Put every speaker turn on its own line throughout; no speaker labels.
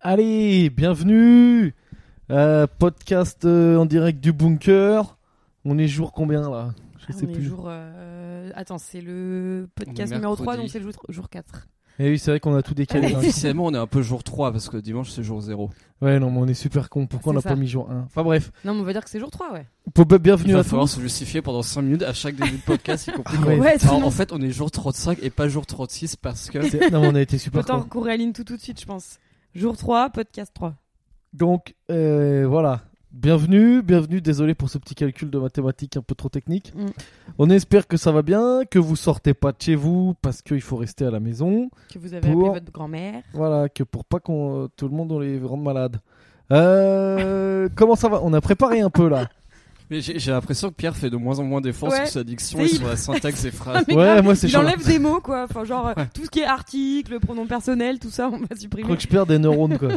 Allez, bienvenue Euh, Podcast euh, en direct du bunker. On est jour combien là Je
Ah,
sais
on est
plus.
jour, euh, Attends, c'est le podcast
On est
numéro 3,
mercredi.
donc c'est le jour, jour 4.
Et Eh oui, c'est vrai qu'on a tout décalé.
Allez.
hein.
Officiellement, on est un peu jour 3 parce que dimanche c'est jour 0.
ouais, non, mais on est super con. Pourquoi on
C'est
n'a
ça.
pas mis jour 1 Enfin bref.
Non, mais on va dire que c'est jour 3, ouais.
Pop-up,
Il
bienvenue à
va falloir
tous.
se justifier pendant 5 minutes à chaque début de podcast, y compris
Ah
quand-
ouais.
Alors, en fait, on est jour 35 et pas jour 36 parce que.
C'est- Non, mais on a été
Peut
super
t'en
con.
recourir à l'INTO tout de suite, je pense. Jour 3, podcast 3.
Donc, euh, voilà. Bienvenue, bienvenue. Désolé pour ce petit calcul de mathématiques un peu trop technique.
Mm.
On espère que ça va bien, que vous sortez pas de chez vous parce qu'il faut rester à la maison.
Que vous avez
Pour-
appelé votre grand-mère.
Voilà, que pour pas qu'on euh, tout le monde on les rende malades. Euh, comment ça va On a préparé un peu là.
Mais j'ai j'ai l'impression que Pierre fait de moins en moins d'efforts
Ouais.
sur sa diction
C'est
et
il-
sur la syntaxe des phrases.
Mais
ouais,
grave,
moi c'est
Il
chaud.
enlève des mots, quoi. Enfin, genre, euh,
Ah, Ouais.
tout ce qui est article, pronom personnel, tout ça, on va
Je
supprimer.
crois que je perds des neurones quoi.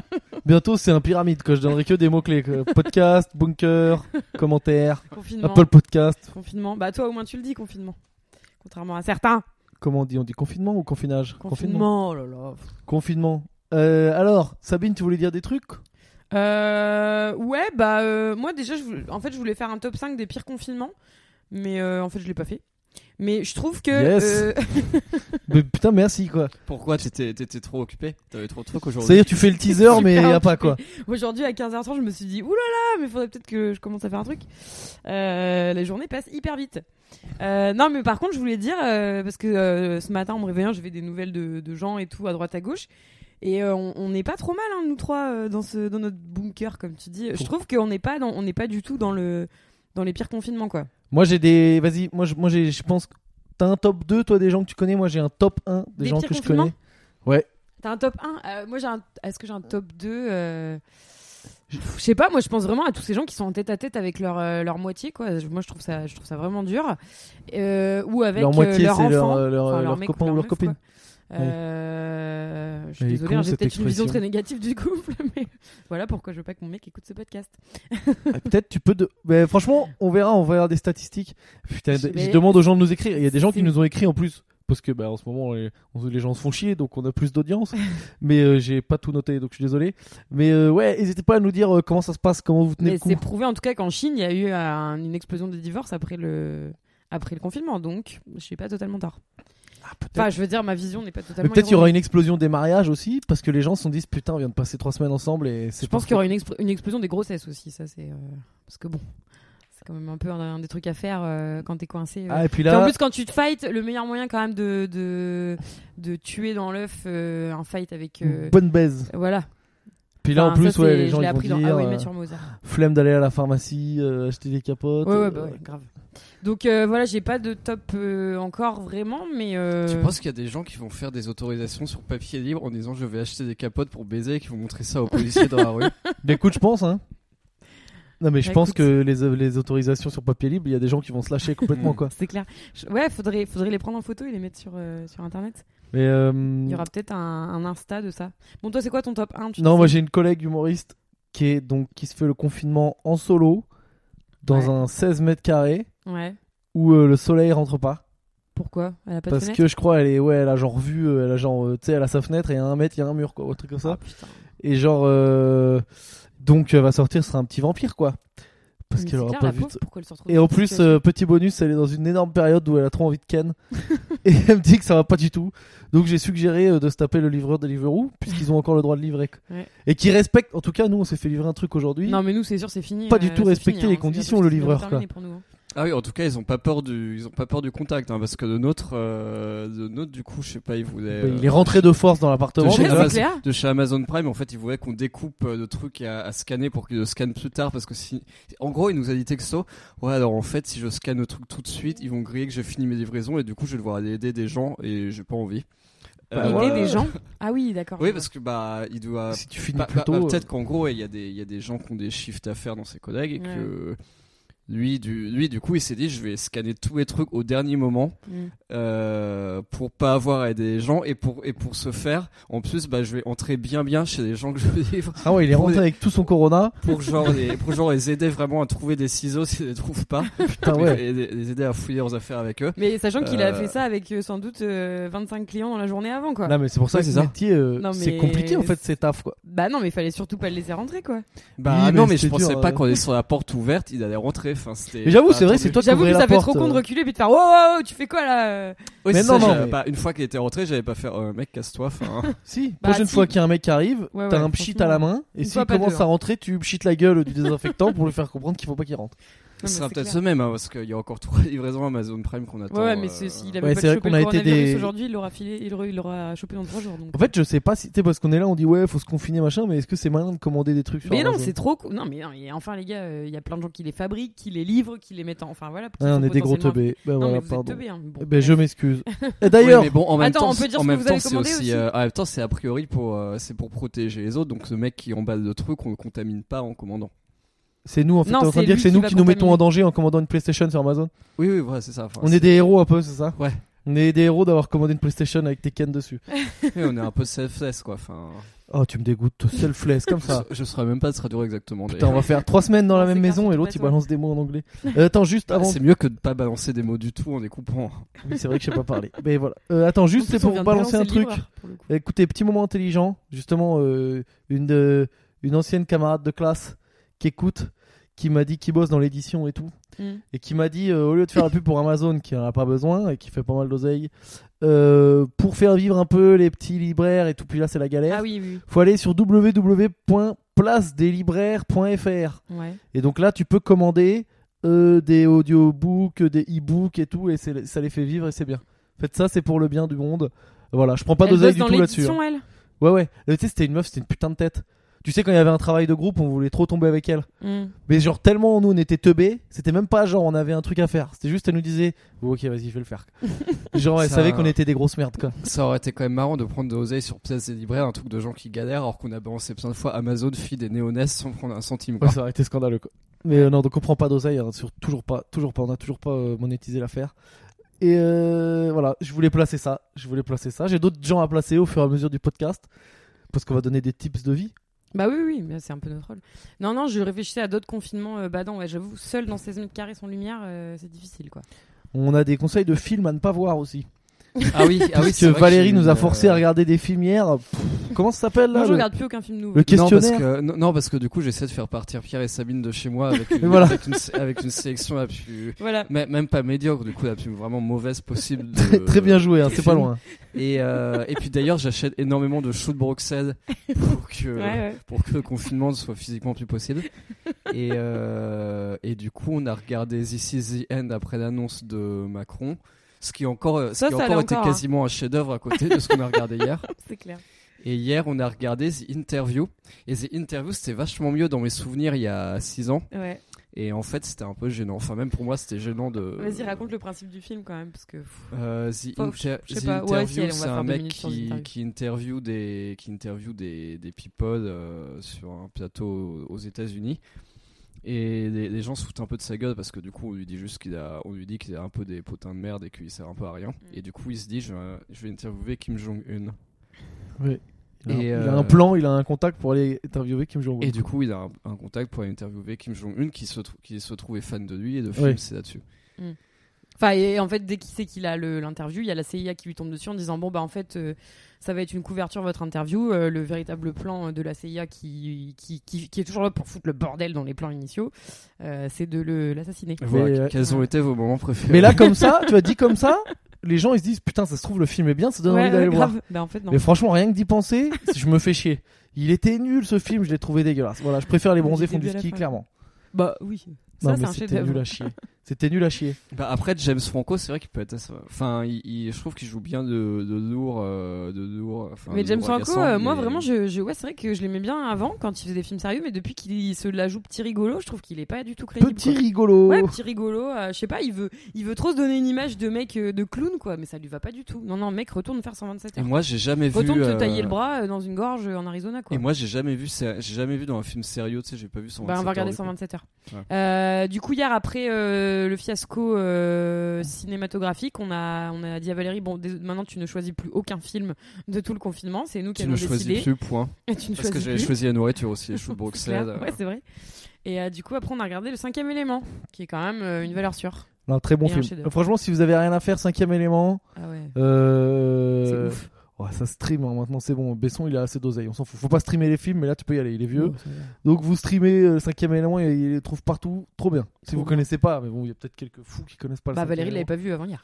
Bientôt c'est un pyramide quoi. Je donnerai que des mots clés. Podcast, bunker, commentaire,
Confinement.
Apple Podcast.
Confinement. Bah, toi, au moins, tu le dis, confinement. Contrairement à certains.
Comment on dit On dit confinement ou confinage
Confinement, oh là là.
Confinement. Euh, alors, Sabine, tu voulais dire des trucs
Euh, ouais, bah euh, moi déjà, je voulais- en fait, je voulais faire un top 5 des pires confinements, mais euh, en fait, je l'ai pas fait. Mais je trouve que
Yes.
euh,
Mais putain, merci quoi.
Pourquoi t'étais t'étais trop occupé T'avais trop de trucs aujourd'hui.
C'est-à-dire, tu fais le teaser, mais
Super
y a pas quoi.
aujourd'hui à 15h30, je me suis dit oulala, mais faudrait peut-être que je commence à faire un truc. Euh, la journée passe hyper vite. Euh, non, mais par contre, je voulais dire euh, parce que euh, ce matin en me réveillant, j'avais des nouvelles de, de gens et tout à droite à gauche. Et euh, on on n'est pas trop mal, hein, nous trois, euh, dans, ce, dans notre bunker, comme tu dis. Je trouve qu'on n'est pas, dans- on n'est pas du tout dans, le, dans les pires confinements, quoi.
Moi j'ai des. Vas-y, moi je, moi, j'ai- je pense. que T'as un top 2 toi des gens que tu connais Moi j'ai un top 1 des,
Des
gens
pires
que je
confinements
connais. Ouais.
T'as un top 1 Euh, Moi, j'ai un... est-ce que j'ai un top 2 euh, Je je sais pas, moi je pense vraiment à tous ces gens qui sont en tête à tête avec leur, euh, leur moitié, quoi. Je- Moi je trouve ça, je trouve ça vraiment dur. Euh, ou avec
leur
euh,
moitié,
leur
c'est leur,
enfant,
euh, leur,
enfin,
leur
mec ou
copain ou leur
meuf,
copine.
quoi. Euh, je suis
Elle est
désolée,
con,
hein, j'ai
cette
peut-être une vision
expression.
très négative du couple, mais voilà pourquoi je veux pas que mon mec écoute ce podcast.
Ah, Peut-être tu peux. De... Mais franchement, on verra, on verra des statistiques. Putain,
Je-
de-
mais-
je demande aux gens de nous écrire. Il y a des gens qui
C'est-
nous ont écrit en plus. Parce que bah, en ce moment, les, on- les gens se font chier, donc on a plus d'audience. mais euh, j'ai pas tout noté, donc je suis désolé. Mais euh, ouais, n'hésitez pas à nous dire euh, comment ça se passe, comment vous tenez
Mais
le coup.
c'est prouvé en tout cas qu'en Chine il y a eu euh, un- une explosion de divorces après le, après le confinement, donc je suis pas totalement tard.
Ah, peut-être.
Enfin, je veux dire, ma vision n'est pas
Mais
totalement.
peut-être il y
erronée.
aura une explosion des mariages aussi, parce que les gens se sont dit putain, on vient de passer trois semaines ensemble et c'est
Je pense
parfait.
qu'il y aura une, expl- une explosion des grossesses aussi, ça c'est. euh, Parce que bon, c'est quand même un peu un, un des trucs à faire euh, quand t'es coincé. euh.
Ah, et puis
Puis
là,
en plus, quand tu te fights, le meilleur moyen quand même de, de, de tuer dans l'œuf euh, un fight avec. euh,
bonne baise.
Voilà.
Bah, Puis là, en
Enfin, ça,
plus, ouais,
c'est-
les gens
je l'ai
ils vont
appris dans
dire
Ah oui,
euh,
Mathieu Mozart.
flemme d'aller à la pharmacie, euh, acheter des capotes.
Ouais, ouais,
euh,
bah ouais, grave. Donc euh, voilà, j'ai pas de top euh, encore vraiment, mais. euh,
Tu penses qu'il y a des gens qui vont faire des autorisations sur papier libre en disant je vais acheter des capotes pour baiser et qui vont montrer ça aux policiers dans la rue
Bah, écoute, je pense, hein. Non, mais je
Bah,
pense
écoute.
que les, euh, les autorisations sur papier libre, il y a des gens qui vont se lâcher complètement,
Mm.
quoi.
C'est clair. Je- Ouais, faudrait, faudrait les prendre en photo et les mettre sur, euh, sur internet.
Mais euh,
Il y aura peut-être un, un Insta de ça. Bon, toi, c'est quoi ton top 1 tu
non,
sais
moi j'ai une collègue humoriste qui est donc qui se fait le confinement en solo dans
Ouais.
un 16 mètres carrés
Ouais.
où euh, le soleil rentre pas
Pourquoi Elle a pas
parce
de fenêtre
que je crois elle est ouais elle a genre vue euh, elle a genre euh, tu sais elle a sa fenêtre et à un mètre il y a un mur quoi ou un truc comme ça
Ah, putain.
et genre euh, donc elle va sortir ce sera un petit vampire quoi parce
Mais
qu'elle
c'est
aura
clair,
pas
la
vu
pauvre,
de-
pourquoi elle se retrouve
Et
dans
en
cette
plus,
situation
euh, petit bonus, elle est dans une énorme période où elle a trop envie de Ken. et elle me dit que ça va pas du tout. Donc j'ai suggéré euh, de se taper le livreur de Deliveroo, puisqu'ils ont encore le droit de livrer. quoi.
Ouais.
Et qui respectent, en tout cas, nous on s'est fait livrer un truc aujourd'hui.
Non mais nous c'est sûr c'est fini.
euh, Pas du
euh,
tout
c'est
respecter
fini,
les
hein, c'est
conditions,
bientôt-
le
c'est bientôt
livreur,
terminé pour nous, hein.
Ah oui, en tout cas, ils ont pas peur du, ils ont pas peur du contact, hein, parce que de notre, euh, de notre, du coup, je sais pas, ils voulaient.
Bah,
euh,
Il est rentré de force dans l'appartement.
Ouais,
De chez
déjà.
Amazon.
c'est clair.
de chez Amazon Prime, en fait, ils voulaient qu'on découpe euh, le truc à, à scanner pour qu'ils le scannent plus tard, parce que si, en gros, il nous a dit texto, ouais, alors en fait, si je scanne le truc tout de suite, ils vont griller que j'ai fini mes livraisons et du coup, je vais devoir aller aider des gens et j'ai pas envie. Euh,
Bah,
Aider
ouais.
des gens. Ah oui d'accord.
Oui, parce que bah, il doit.
Si tu finis
bah,
plus
bah,
tôt.
bah,
euh,
Peut-être qu'en gros, il y a des, il y a des gens qui ont des shifts à faire dans ses collègues et que. Lui du, lui, du coup, il s'est dit, je vais scanner tous les trucs au dernier moment
Mm.
euh, pour pas avoir à aider les gens et pour, et pour ce faire, en plus, bah, je vais entrer bien bien chez les gens que je livre
Ah ouais, il est
Pour
rentré
des-
avec tout son corona.
pour genre, les, pour genre les aider vraiment à trouver des ciseaux s'ils ne les trouvent pas
Putain, Ah ouais.
et les, les aider à fouiller leurs affaires avec eux.
Mais sachant qu'il a
Euh,
fait ça avec euh, sans doute euh, 25 clients dans la journée avant, quoi.
Non, mais c'est pour ça
Ouais,
que
c'est
ce
ça.
métier, euh,
Non,
c'est
mais-
compliqué en fait, ces taf quoi.
Bah non, mais il fallait surtout pas le laisser rentrer, quoi.
Bah
Oui, mais
non, mais je
c'était
pensais
dur, euh.
pas qu'on est sur la porte ouverte, il allait rentrer. Enfin,
Mais j'avoue, c'est vrai, c'est toi qui
J'avoue
ouvrais
que
la
ça fait
porte.
trop con de
euh.
reculer puis de faire oh, oh, oh, tu fais quoi là
Mais
mais
non,
non,
non, mais-
une fois qu'il était rentré, j'avais pas fait euh, mec, casse-toi. Enfin,
Si,
Bah,
prochaine
si.
fois qu'il y a un mec qui arrive,
Ouais,
t'as
ouais,
un pchit à la main, et
Une
s'il
fois, pas
commence
deux,
à
hein.
rentrer, tu pchites la gueule du désinfectant pour lui faire comprendre qu'il faut pas qu'il rentre.
Non,
ce
mais
sera
c'est
peut-être
clair.
ce même, hein, parce qu'il y a encore trois livraisons Amazon Prime qu'on attend.
Ouais, ouais, mais
euh,
c'est- s'il
Ouais,
avait pas
c'est vrai
chopé
qu'on a
le
été des-
coronavirus aujourd'hui, il l'aura filé, il l'aura- il l'aura chopé dans 3 jours. Donc.
En fait, je sais pas si, tu sais, parce qu'on est là, on dit ouais, faut se confiner machin, mais est-ce que c'est malin de commander des trucs sur
Mais non,
Amazon
c'est trop. cou- Non, mais non, et enfin, les gars, euh, il y a plein de gens qui les fabriquent, qui les livrent, qui les mettent en. Enfin, voilà. qui
Ouais, Ah, on
sont
est des gros
potentiellement-
teubés. Bah,
Non,
voilà,
mais vous êtes
pardon.
teubés, hein. Bon,
Eh ben, je
bref.
m'excuse. Et
Oui,
d'ailleurs,
mais bon, en même
Attends,
temps,
on peut dire
en
ce que
même
vous
temps,
avez
c'est
commandé aussi
euh, en même temps, c'est a priori pour, euh, c'est pour protéger les autres. Donc, ce mec qui emballe le truc, on le contamine pas en commandant.
c'est nous en fait,
Non,
t'es en train
c'est
de dire que c'est
lui qui
nous
va
qui nous mettons
contaminer.
en danger en commandant une PlayStation sur Amazon.
Oui, oui, voilà, c'est ça. Enfin,
On est des héros un peu, c'est ça
Ouais.
On est des héros d'avoir commandé une PlayStation avec des Ken dessus.
c'est- on est un peu selfless, quoi. Enfin,
Oh, tu me dégoûtes, selfless comme ça.
je, je saurais même pas de traduire exactement.
Putain, on va faire trois semaines dans la
Non,
même
c'est clair,
maison et
surtout
l'autre
pas
il
toi.
balance des mots en anglais. Euh, attends, juste
d'ailleurs.
avant.
Ah, C'est mieux que de pas balancer des mots du tout en découpant.
Oui, c'est vrai que je sais pas parler. Mais voilà. Euh, attends,
En
juste
plus,
c'est
on
pour
vient de
balancer un
le
truc.
livreur, pour le coup.
Écoutez, petit moment intelligent. Justement, euh, une, euh, une ancienne camarade de classe qui écoute, qui m'a dit qu'il bosse dans l'édition et tout.
Mm.
et qui m'a dit euh, au lieu de faire la pub pour Amazon qui n'en a pas besoin et qui fait pas mal d'oseille euh, pour faire vivre un peu les petits libraires et tout puis là c'est la galère
Ah oui, oui,
faut aller sur www.placedeslibraires.fr
oui. Ouais.
et donc là tu peux commander euh, des audiobooks des e-books et tout et c'est- ça les fait vivre et c'est bien en fait ça c'est pour le bien du monde voilà je prends pas
Elle
d'oseille
bosse
du
dans
tout là-dessus
l'édition, elle.
hein. ouais ouais Euh, tu sais c'était une meuf c'était une putain de tête tu sais quand il y avait un travail de groupe on voulait trop tomber avec elle
Mm.
mais genre tellement nous on était teubés, c'était même pas genre on avait un truc à faire, c'était juste elle nous disait Oh, ok vas-y fais le faire. genre elle
Ça-
savait qu'on était des grosses merdes quoi.
Ça aurait été quand même marrant de prendre de l'oseille sur pièces des libraires, un truc de gens qui galèrent, alors qu'on a balancé plein de fois Amazon, feed et Néonès sans prendre un centime. Quoi.
Ouais, ça aurait été scandaleux quoi. Mais euh, non donc on prend pas d'oseille, hein, sur toujours pas, toujours pas, on a toujours pas euh, monétisé l'affaire. Et euh, voilà, je voulais placer ça, je voulais placer ça. J'ai d'autres gens à placer au fur et à mesure du podcast parce qu'on va donner des tips de vie.
Bah oui, oui, mais c'est un peu notre rôle. Non, non, je réfléchissais à d'autres confinements euh, badants. Ouais, j'avoue, seul dans 16 mètres carrés sans lumière, euh, c'est difficile, quoi.
Ah, On a des conseils de films à ne pas voir aussi.
Ah oui, ah oui,
parce que
c'est vrai
Valérie
j'ai
nous
une,
a forcé
euh,
à regarder des films hier. Pff, comment ça s'appelle là
Moi, je
le-
regarde plus aucun film nouveau.
le
Non parce,
questionnaire
que, non, non, parce que du coup, j'essaie de faire partir Pierre et Sabine de chez moi avec une,
Voilà.
avec une, sé- avec une sélection la plus.
Voilà.
mê- Même pas médiocre, du coup, la plus vraiment mauvaise possible. de-
Très bien joué, hein,
de
c'est pas
euh, films.
loin.
Et, euh, et puis d'ailleurs, j'achète énormément de choux de Bruxelles pour que,
Ouais, ouais.
pour que le confinement soit physiquement plus possible. Et, euh, et du coup, on a regardé This is the End après l'annonce de Macron. Ce qui encore, ce
Ça,
qui
ça
encore
allait
était
encore, hein.
quasiment un chef-d'œuvre à côté de ce qu'on a regardé hier.
C'est clair.
Et hier, on a regardé The Interview. Et The Interview, c'était vachement mieux dans mes souvenirs il y a 6 ans.
Ouais.
Et en fait, c'était un peu gênant. Enfin, même pour moi, c'était gênant de.
Vas-y, raconte le principe du film quand même, parce que. pff,
Euh, The,
Faut-
Inter-
je sais
The
pas.
Interview,
Ouais, si, allez, on va
c'est
faire
un
deux
mec
minutes sur The
qui,
Interview.
qui interview des qui interview des des people euh, sur un plateau aux États-Unis. Et les, les gens se foutent un peu de sa gueule parce que du coup on lui dit juste qu'il a on lui dit qu'il a un peu des potins de merde et qu'il sert un peu à rien.
Mm.
Et du coup il se dit je, vais- je vais interviewer Kim Jong Un.
Oui. Il, a,
Et,
un- il a
euh,
un plan, il a un contact pour aller interviewer Kim Jong-un.
Et du coup, il a un, un contact pour aller interviewer Kim Jong-un qui se, trou- qui se trouvait fan de lui et de films,
Ouais.
c'est là-dessus.
Enfin, et en fait, dès qu'il sait qu'il a le- l'interview, il y a la CIA qui lui tombe dessus en disant Bon, bah, en fait, euh, ça va être une couverture, votre interview. Euh, le véritable plan euh, de la CIA qui, qui, qui, qui est toujours là pour foutre le bordel dans les plans initiaux, euh, c'est de le- l'assassiner.
Mais,
Voilà,
euh,
quels ont été vos moments préférés
Mais là, comme ça, tu as dit comme ça, les gens ils se disent putain, ça se trouve le film est bien, ça donne
Ouais,
envie d'aller
ouais,
le voir.
grave. Bah, en fait, non.
Mais franchement, rien que d'y penser, je me fais chier. Il était nul ce film, je l'ai trouvé dégueulasse. Voilà, je préfère les
Du
bronzés
début
font du
à la
ski,
fin.
clairement.
Bah, oui.
non,
Ça, c'est
mais
un
c'était nul
chef-d'œuvre.
à chier. C'était nul à chier.
Bah, après, James Franco, c'est vrai qu'il peut être assez- Enfin, il- il- je trouve qu'il joue bien de, de lourd. euh, de lourd enfin,
Mais
de
James
lourd
Franco,
agaçant,
euh, moi
mais-
vraiment, je, je- ouais, c'est vrai que je l'aimais bien avant quand il faisait des films sérieux, mais depuis qu'il se la joue petit rigolo, je trouve qu'il est pas du tout crédible.
Petit
quoi.
rigolo.
Ouais, petit rigolo, euh, je sais pas, il veut, il veut trop se donner une image de mec euh, de clown quoi, mais ça lui va pas du tout. Non non, mec, retourne faire 127
Et
heures.
moi, j'ai jamais vu.
Retourne te
euh,
tailler le bras euh, dans une gorge euh, en Arizona quoi.
Et moi, j'ai jamais vu. ça- J'ai jamais vu dans un film sérieux. Tu sais, j'ai pas vu son.
Bah, on va regarder 127 heures.
Ouais.
Euh, Euh, du coup, hier, après euh, le fiasco euh, cinématographique, on a, on a dit à Valérie Bon, dés- maintenant, tu ne choisis plus aucun film de tout le confinement. C'est nous qui
Tu
allons
ne choisis
décider.
plus, point.
Et tu ne
Parce que
choisis
j'avais
plus.
choisi la nourriture aussi, les choux de
C'est clair.
Bruxelles. euh,
Ouais, c'est vrai. Et euh, du coup, après, on a regardé le cinquième élément, qui est quand même euh, une valeur sûre.
Non, très bon
Et un
film.
chef-d'œuvre.
Franchement, si vous avez rien à faire, cinquième élément.
Ah ouais. C'est
Euh...
ouf.
ouais, ça stream hein, maintenant, c'est bon. Besson, il a assez d'oseille, on s'en fout. Faut pas streamer les films, mais là, tu peux y aller, il est vieux. Donc vous streamez euh, le cinquième élément, et il les trouve partout, trop bien. Si
Trop
vous
bien.
connaissez pas, mais bon, il y a peut-être quelques fous qui connaissent pas le
Bah,
cinquième
Valérie l'avait
élément.
pas vu avant hier.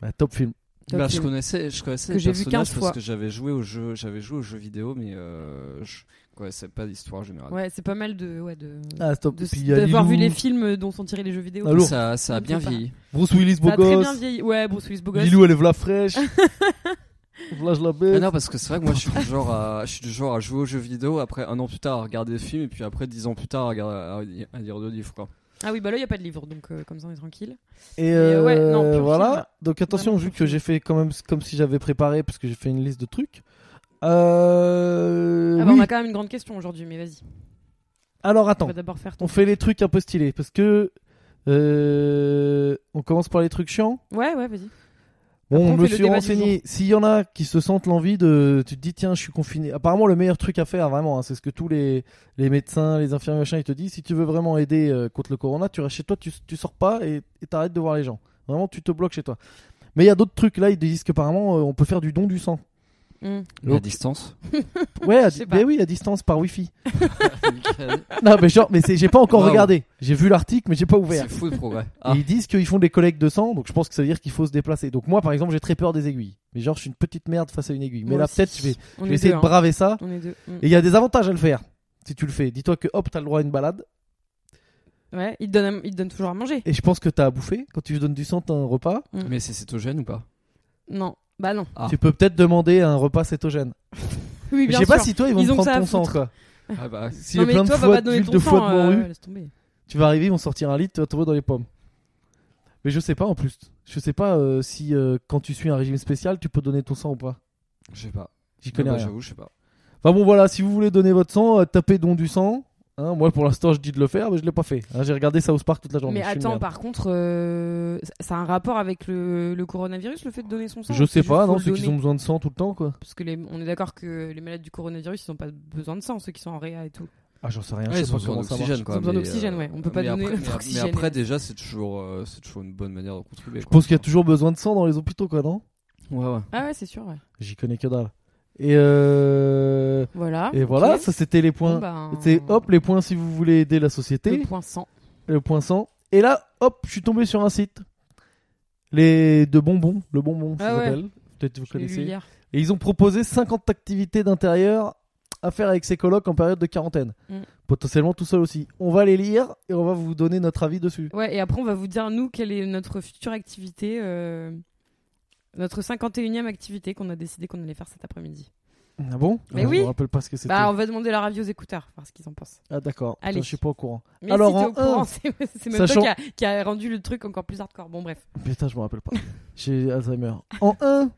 Bah, top film.
Top
bah, je
film.
connaissais, je connaissais
Que
les
j'ai vu 15
personnages
fois.
parce que j'avais joué au jeu, j'avais joué aux jeux vidéo, mais euh, je connaissais pas l'histoire générale.
euh, Ouais, c'est pas mal de. Ouais, de...
Ah, stop.
de-
Puis il y a
D'avoir vu
Lilou,
les films dont sont tirés les jeux vidéo.
Ah, lourd.
Ça, ça a bien
C'est pas-
vieilli.
Bruce Willis, beau
Ça a Bah, très bien
gosse.
vieilli. Ouais, Bruce Willis, beau gosse.
Lilou, elle est v'là fraîche. v'là, je la
Ah
bête.
non, parce que c'est vrai que moi, je suis, du genre à, je suis du genre à jouer aux jeux vidéo, après un an plus tard à regarder des films, et puis après dix ans plus tard à, regarder, à, à lire deux livres. Quoi.
Ah oui, bah là, il n'y a pas de livre, donc euh, comme ça, on est tranquille.
Et
euh, ouais,
euh,
non, pur film.
voilà. Donc attention,
Vraiment
vu
pur
que
film.
j'ai fait quand même comme si j'avais préparé, parce que j'ai fait une liste de trucs. Euh,
Ah bah,
oui.
on a quand même une grande question aujourd'hui, mais vas-y.
Alors
On
attends,
va d'abord faire ton.
on fait les trucs un peu stylés, parce que euh, on commence par les trucs chiants.
Ouais, ouais, vas-y.
Bon,
Après,
je me
on fait le
suis
débat du
renseigné. S'il y en a qui se sentent l'envie de, tu te dis tiens, je suis confiné. Apparemment, le meilleur truc à faire, vraiment, hein, c'est ce que tous les, les médecins, les infirmiers, machin, ils te disent. Si tu veux vraiment aider euh, contre le corona, tu restes chez toi, tu, tu sors pas et et t'arrêtes de voir les gens. Vraiment, tu te bloques chez toi. Mais il y a d'autres trucs là. Ils disent qu'apparemment, euh, on peut faire du don du sang.
Hmm.
Donc-
à distance.
Ouais, à,
Je
di-
sais pas.
ben oui, à distance par wifi.
Nickel.
non, mais genre, mais c'est- j'ai pas encore
Waouh.
regardé. J'ai vu l'article, mais j'ai pas ouvert.
c'est fou le progrès.
Et
Ah,
ils disent qu'ils font des collectes de sang, donc je pense que ça veut dire qu'il faut se déplacer. Donc moi, par exemple, j'ai très peur des aiguilles. Mais genre, je suis une petite merde face à une aiguille. Mais
Moi
là,
aussi.
peut-être, je vais, je
On
vais
est
essayer
deux,
de
hein.
braver ça.
On est deux. hmm.
Et il y a des avantages à le faire. Si tu le fais, dis-toi que hop, t'as le droit à une balade.
Ouais, il te donne, il te donne toujours à manger.
Et je pense que t'as à bouffer. Quand tu donnes du sang, t'as un repas.
mais c'est cétogène ou pas
Non. Bah non.
Ah.
Tu peux peut-être demander un repas cétogène.
Oui,
Mais
bien
Je sais pas
sûr.
si toi, ils vont
Ils
te
ont que
prendre
ça à
ton sang,
foutre.
quoi.
Ah bah,
S'il y a
non, mais
plein de
toi, va
fois
pas donner
d'huile
ton
de
sang,
foie de morue.
euh, laisse tomber.
Tu vas arriver, ils vont sortir un litre, tu vas te retrouver dans les pommes. Mais je sais pas en plus. Je sais pas euh, si euh, quand tu suis un régime spécial, tu peux donner ton sang ou pas.
je sais pas.
J'y connais
Ah bah,
rien.
J'avoue, je sais pas.
Enfin bon voilà, si vous voulez donner votre sang, euh, tapez don du sang. Hein, moi pour l'instant je dis de le faire, mais je l'ai pas fait. Hein, J'ai regardé South Park toute la journée.
Mais
je suis une
attends,
merde.
par contre, euh, ça- ça a un rapport avec le, le coronavirus, le fait de donner son sang
Je
ou
sais
c'est
pas,
juste
non,
faut le
ceux qui
donner
ont besoin de sang tout le temps quoi.
Parce que les- on est d'accord que les malades du coronavirus, ils n'ont pas besoin de sang, ceux qui sont en réa et tout.
Ah j'en sais rien,
Ouais,
je
ils
sais
ont
pas
besoin
comment ça marche.
d'oxygène quoi.
Ils ont besoin
mais,
d'oxygène,
euh,
ouais. On peut pas
mais
donner
après- mais- Mais
d'oxygène.
après, déjà, c'est toujours, euh, c'est toujours une bonne manière de contribuer.
Je pense qu'il y a toujours besoin de sang dans les hôpitaux quoi, non
Ouais, ouais.
Ah ouais, c'est sûr, ouais.
J'y connais que dalle. Et euh...
Voilà.
et
ok.
voilà, ça c'était les
Bon,
points.
ben,
C'est hop les points si vous voulez aider la
le
société.
point 100.
le point 100. Et là, hop, je suis tombé sur un site. Les de bonbons, le bonbon, ça
Ah ouais.
s'appelle. Peut-être vous
Je l'ai lu
connaissez.
hier.
Et ils ont proposé 50 activités d'intérieur à faire avec ses colocs en période de quarantaine.
Mm.
Potentiellement tout seul aussi. On va les lire et on va vous donner notre avis dessus.
Ouais, et après, on va vous dire, nous, quelle est notre future activité, euh, notre 51e activité qu'on a décidé qu'on allait faire cet après-midi.
Ah bon
Mais
Ah,
oui.
Je me rappelle pas ce que c'était.
Bah, on va demander leur avis aux écouteurs, voir ce qu'ils en pensent.
Ah d'accord.
Allez.
Putain, Je suis pas au courant.
Mais
Alors,
si t'es
en
au courant,
un,
c'est c'est même
sachant-
toi qui a, qui a rendu le truc encore plus hardcore. Bon, bref.
Putain, je me rappelle pas. J'ai Alzheimer. En 1,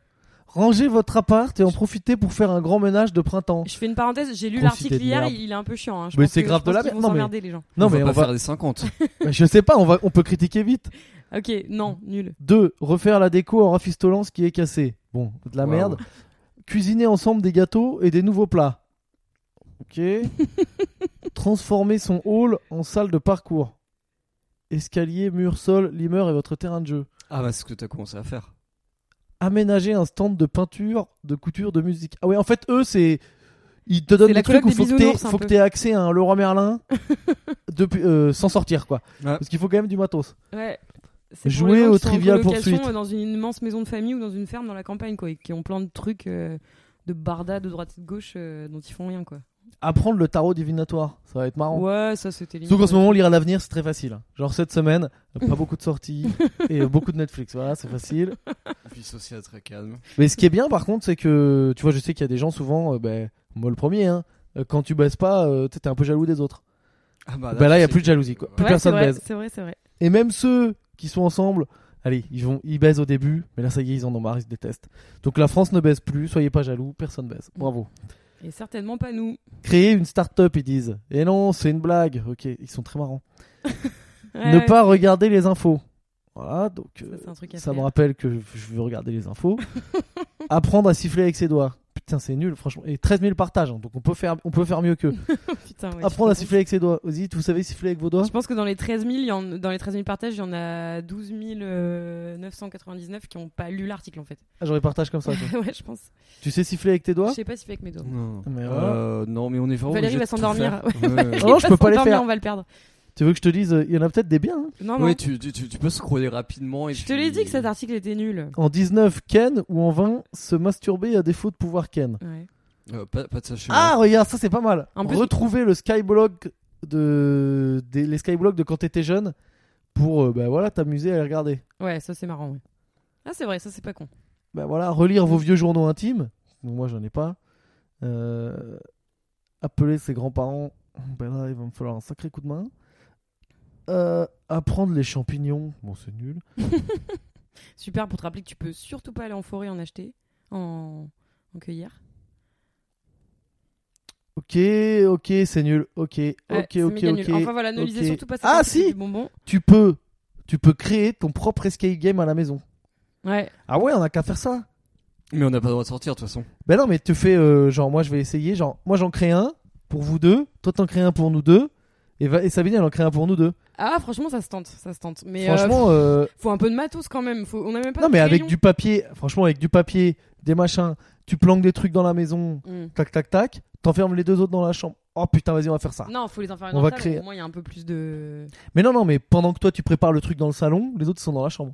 rangez votre appart et en profitez pour faire un grand ménage de printemps.
Je fais une parenthèse, j'ai lu
Grosse idée
l'article
Oh. de
hier,
merde.
il est un peu chiant. hein. Je
Mais
pense
c'est
que-
grave
je
de la
pense qu'ils
merde.
vont
Non, mais-
s'emmerder, les gens.
Non mais
va
on
pas
va
faire des 50.
Bah, je sais pas, on va on peut critiquer vite.
Ok, non, nul.
2. Refaire la déco en rafistolant ce qui est cassé. Bon, de la
Waouh.
merde. Cuisiner ensemble des gâteaux et des nouveaux plats. Ok. Transformer son hall en salle de parcours. Escalier, mur, sol, limeur et votre terrain de jeu.
Ah bah, c'est ce que t'as commencé à faire.
Aménager un stand de peinture, de couture, de musique. Ah ouais, en fait, eux, c'est. Ils te donnent
C'est la
des trucs où
coloc des
faut que t'aies-
bisounours, un
faut que
peu.
t'aies accès à un Leroy Merlin depuis, euh, sans sortir, quoi.
Ouais.
Parce qu'il faut quand même du matos.
Ouais. C'est pour
Jouer
les gens
au
qui sont en
Trivial
colocation,
Pursuit.
euh, Dans une immense maison de famille ou dans une ferme dans la campagne, quoi, et qui ont plein de trucs euh, de barda de droite et de gauche euh, dont ils font rien, quoi.
Apprendre le tarot divinatoire. Ça va être marrant.
Ouais, ça c'était limite.
Surtout Ah, qu'en ce moment, lire à l'avenir, c'est très facile. hein. Genre cette semaine, euh, pas beaucoup de sorties et euh, beaucoup de Netflix. Voilà, c'est facile.
Vie sociale très calme.
Mais ce qui est bien, par contre, c'est que, tu vois, je sais qu'il y a des gens souvent, euh, ben, moi le premier, hein, euh, quand tu baisses pas, euh, t'es un peu jaloux des autres.
Ah
Bah là, y a plus de jalousie, quoi. plus
Ouais,
personne
c'est vrai,
baise.
C'est vrai, c'est vrai.
Et même ceux qui sont ensemble, allez, ils vont, ils baisent au début, mais là, ça y est, ils en ont marre, ils se détestent. Donc la France ne baise plus, soyez pas jaloux, personne baise. Bravo.
Et certainement pas nous.
Créer une start-up, ils disent. Et non, c'est une blague. Ok, ils sont très marrants. ne pas regarder les infos. Voilà, donc euh,
c'est un truc à
ça,
faire.
me rappelle que je je veux regarder les infos. Apprendre à siffler avec ses doigts. Putain, c'est nul, franchement. Et 13 000 partages, hein, donc on peut faire, on peut faire mieux qu'eux.
Putain, ouais,
Apprendre à
je-
siffler avec ses doigts. Ozzy, vous savez siffler avec vos doigts
Je pense que dans les 13 000, il y en- dans les 13 000 partages, il y en a euh, 12 999 qui n'ont pas lu l'article en fait.
Ah, J'aurais partage comme ça. toi.
ouais, je pense.
tu sais siffler avec tes doigts
Je sais pas si fait avec mes doigts.
Non.
Mais
Euh, non, mais on est vraiment.
Valérie
obligé
va
de tout
s'endormir. Oh,
faire. Ouais.
Ah non, je peux pas les
Dormir,
faire.
on va le perdre.
Tu veux que je te dise, euh, il y en a peut-être des biens. hein.
Non, non.
Oui, tu, tu, tu- tu peux scroller rapidement. Et
Je te
puis-
l'ai dit que cet article était nul.
En 19, Ken, ou en 20, se masturber à défaut de pouvoir Ken.
Ouais.
Euh, pas, pas de ça chez moi.
Ah, regarde, ça c'est pas mal.
En plus-
Retrouver le skyblog de... des- les skyblogs de quand t'étais jeune pour euh, bah, voilà, t'amuser à les regarder.
Ouais, ça c'est marrant. ouais. Ah, c'est vrai, ça c'est pas con.
Bah, voilà, relire vos vieux journaux intimes. Bon, moi j'en ai pas. Euh, Appeler ses grands-parents. Ben là, il va me falloir un sacré coup de main. Euh, apprendre les champignons. Bon, c'est nul.
Super pour te rappeler que tu peux surtout pas aller en forêt en acheter, en, en cueillir.
Ok, ok, c'est nul. Ok,
Ouais,
ok,
c'est
ok,
méga
ok.
nul. Enfin voilà, ne lisez
ok.
surtout pas ça.
Ah,
quand c'est
si
du bonbon.
Tu peux, tu peux créer ton propre escape game à la maison.
Ouais.
Ah ouais, on a qu'à faire ça.
Mais on n'a pas le droit de sortir de toute façon.
Ben non, mais tu fais euh, genre moi je vais essayer, genre moi j'en crée un pour vous deux, toi t'en crées un pour nous deux, et, va, et Sabine elle en crée un pour nous deux.
Ah, franchement, ça se tente, ça se tente. Mais euh,
franchement, euh,
faut un peu de matos quand même. Faut... On a même pas.
non
de
mais avec
crayon.
du papier, franchement avec du papier, des machins, tu planques des trucs dans la maison,
Mm.
tac tac tac, t'enfermes les deux autres dans la chambre. Oh putain, vas-y on va faire ça.
Non, faut les enfermer
On
dans
va
le salon,
créer-
Au moins, il y a un peu plus de.
Mais non non, mais pendant que toi tu prépares le truc dans le salon, les autres sont dans la chambre.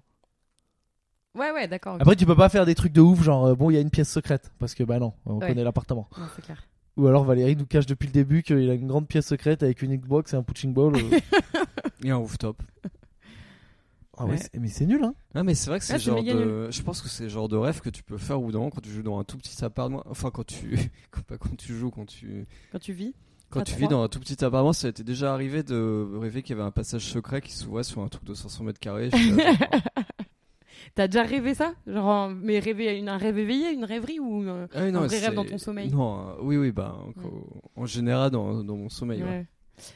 Ouais, ouais, d'accord. ok.
Après tu peux pas faire des trucs de ouf, genre euh, bon il y a une pièce secrète, parce que bah non, on
Ouais.
connaît l'appartement.
Non, c'est clair.
Ou alors Valérie nous cache depuis le début qu'il a une grande pièce secrète avec une Xbox et un punching ball. euh.
Et un rooftop.
Ah ouais,
Ouais.
c'est- mais c'est nul hein.
Ah mais c'est vrai que c'est
Ah,
le
c'est
genre
méga
de je pense que c'est le genre de rêve que tu peux faire ou dans quand tu joues dans un tout petit appartement enfin quand tu quand- pas quand tu joues quand tu
Quand tu vis.
quand
À
tu
trois.
vis dans un tout petit appartement ça t'est déjà arrivé de rêver qu'il y avait un passage secret qui s'ouvrait sur un truc de 500 mètres carrés je suis là, genre,
T'as déjà rêvé ça Genre, en- mais rêver une- un rêve éveillé, une rêverie ou. euh,
ah oui,
Un vrai
c'est-
rêve dans ton sommeil.
non euh, oui oui bah en,
Ouais.
en général dans, dans mon sommeil ouais.
Ouais.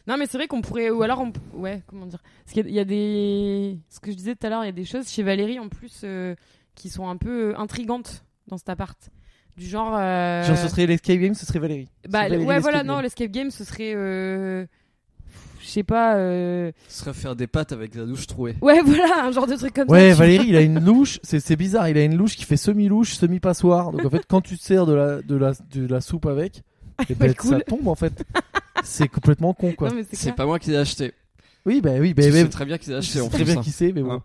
Non, mais c'est vrai qu'on pourrait. Ou alors, on... ouais, comment dire Parce qu'il y a- il y a des. Ce que je disais tout à l'heure, il y a des choses chez Valérie en plus euh, qui sont un peu euh, intrigantes dans cet appart. Du genre. euh,
Genre, ce serait l'escape game, ce serait Valérie.
bah,
Ce serait Valérie
ouais, voilà,
l'escape
non,
game.
l'escape game, ce serait. euh, Je sais pas. euh,
ce serait faire des pâtes avec la douche trouée
Ouais, voilà, un genre de truc comme
Ouais,
ça. tu
Valérie, il a une louche, c'est c'est bizarre, il a une louche qui fait semi-louche, semi-passoire. Donc en fait, quand tu te sers de la, de la, de la soupe avec, eh ben,
Ouais, Ah, cool.
ça tombe en fait. c'est complètement con quoi.
Non, mais c'est
c'est
clair.
pas moi qui l'ai acheté
Oui, bah oui, bah,
tu
bah,
sais très bien qui l'ai
je sais
acheté en
très
plus
bien
hein.
qui c'est, mais bon.
Hein.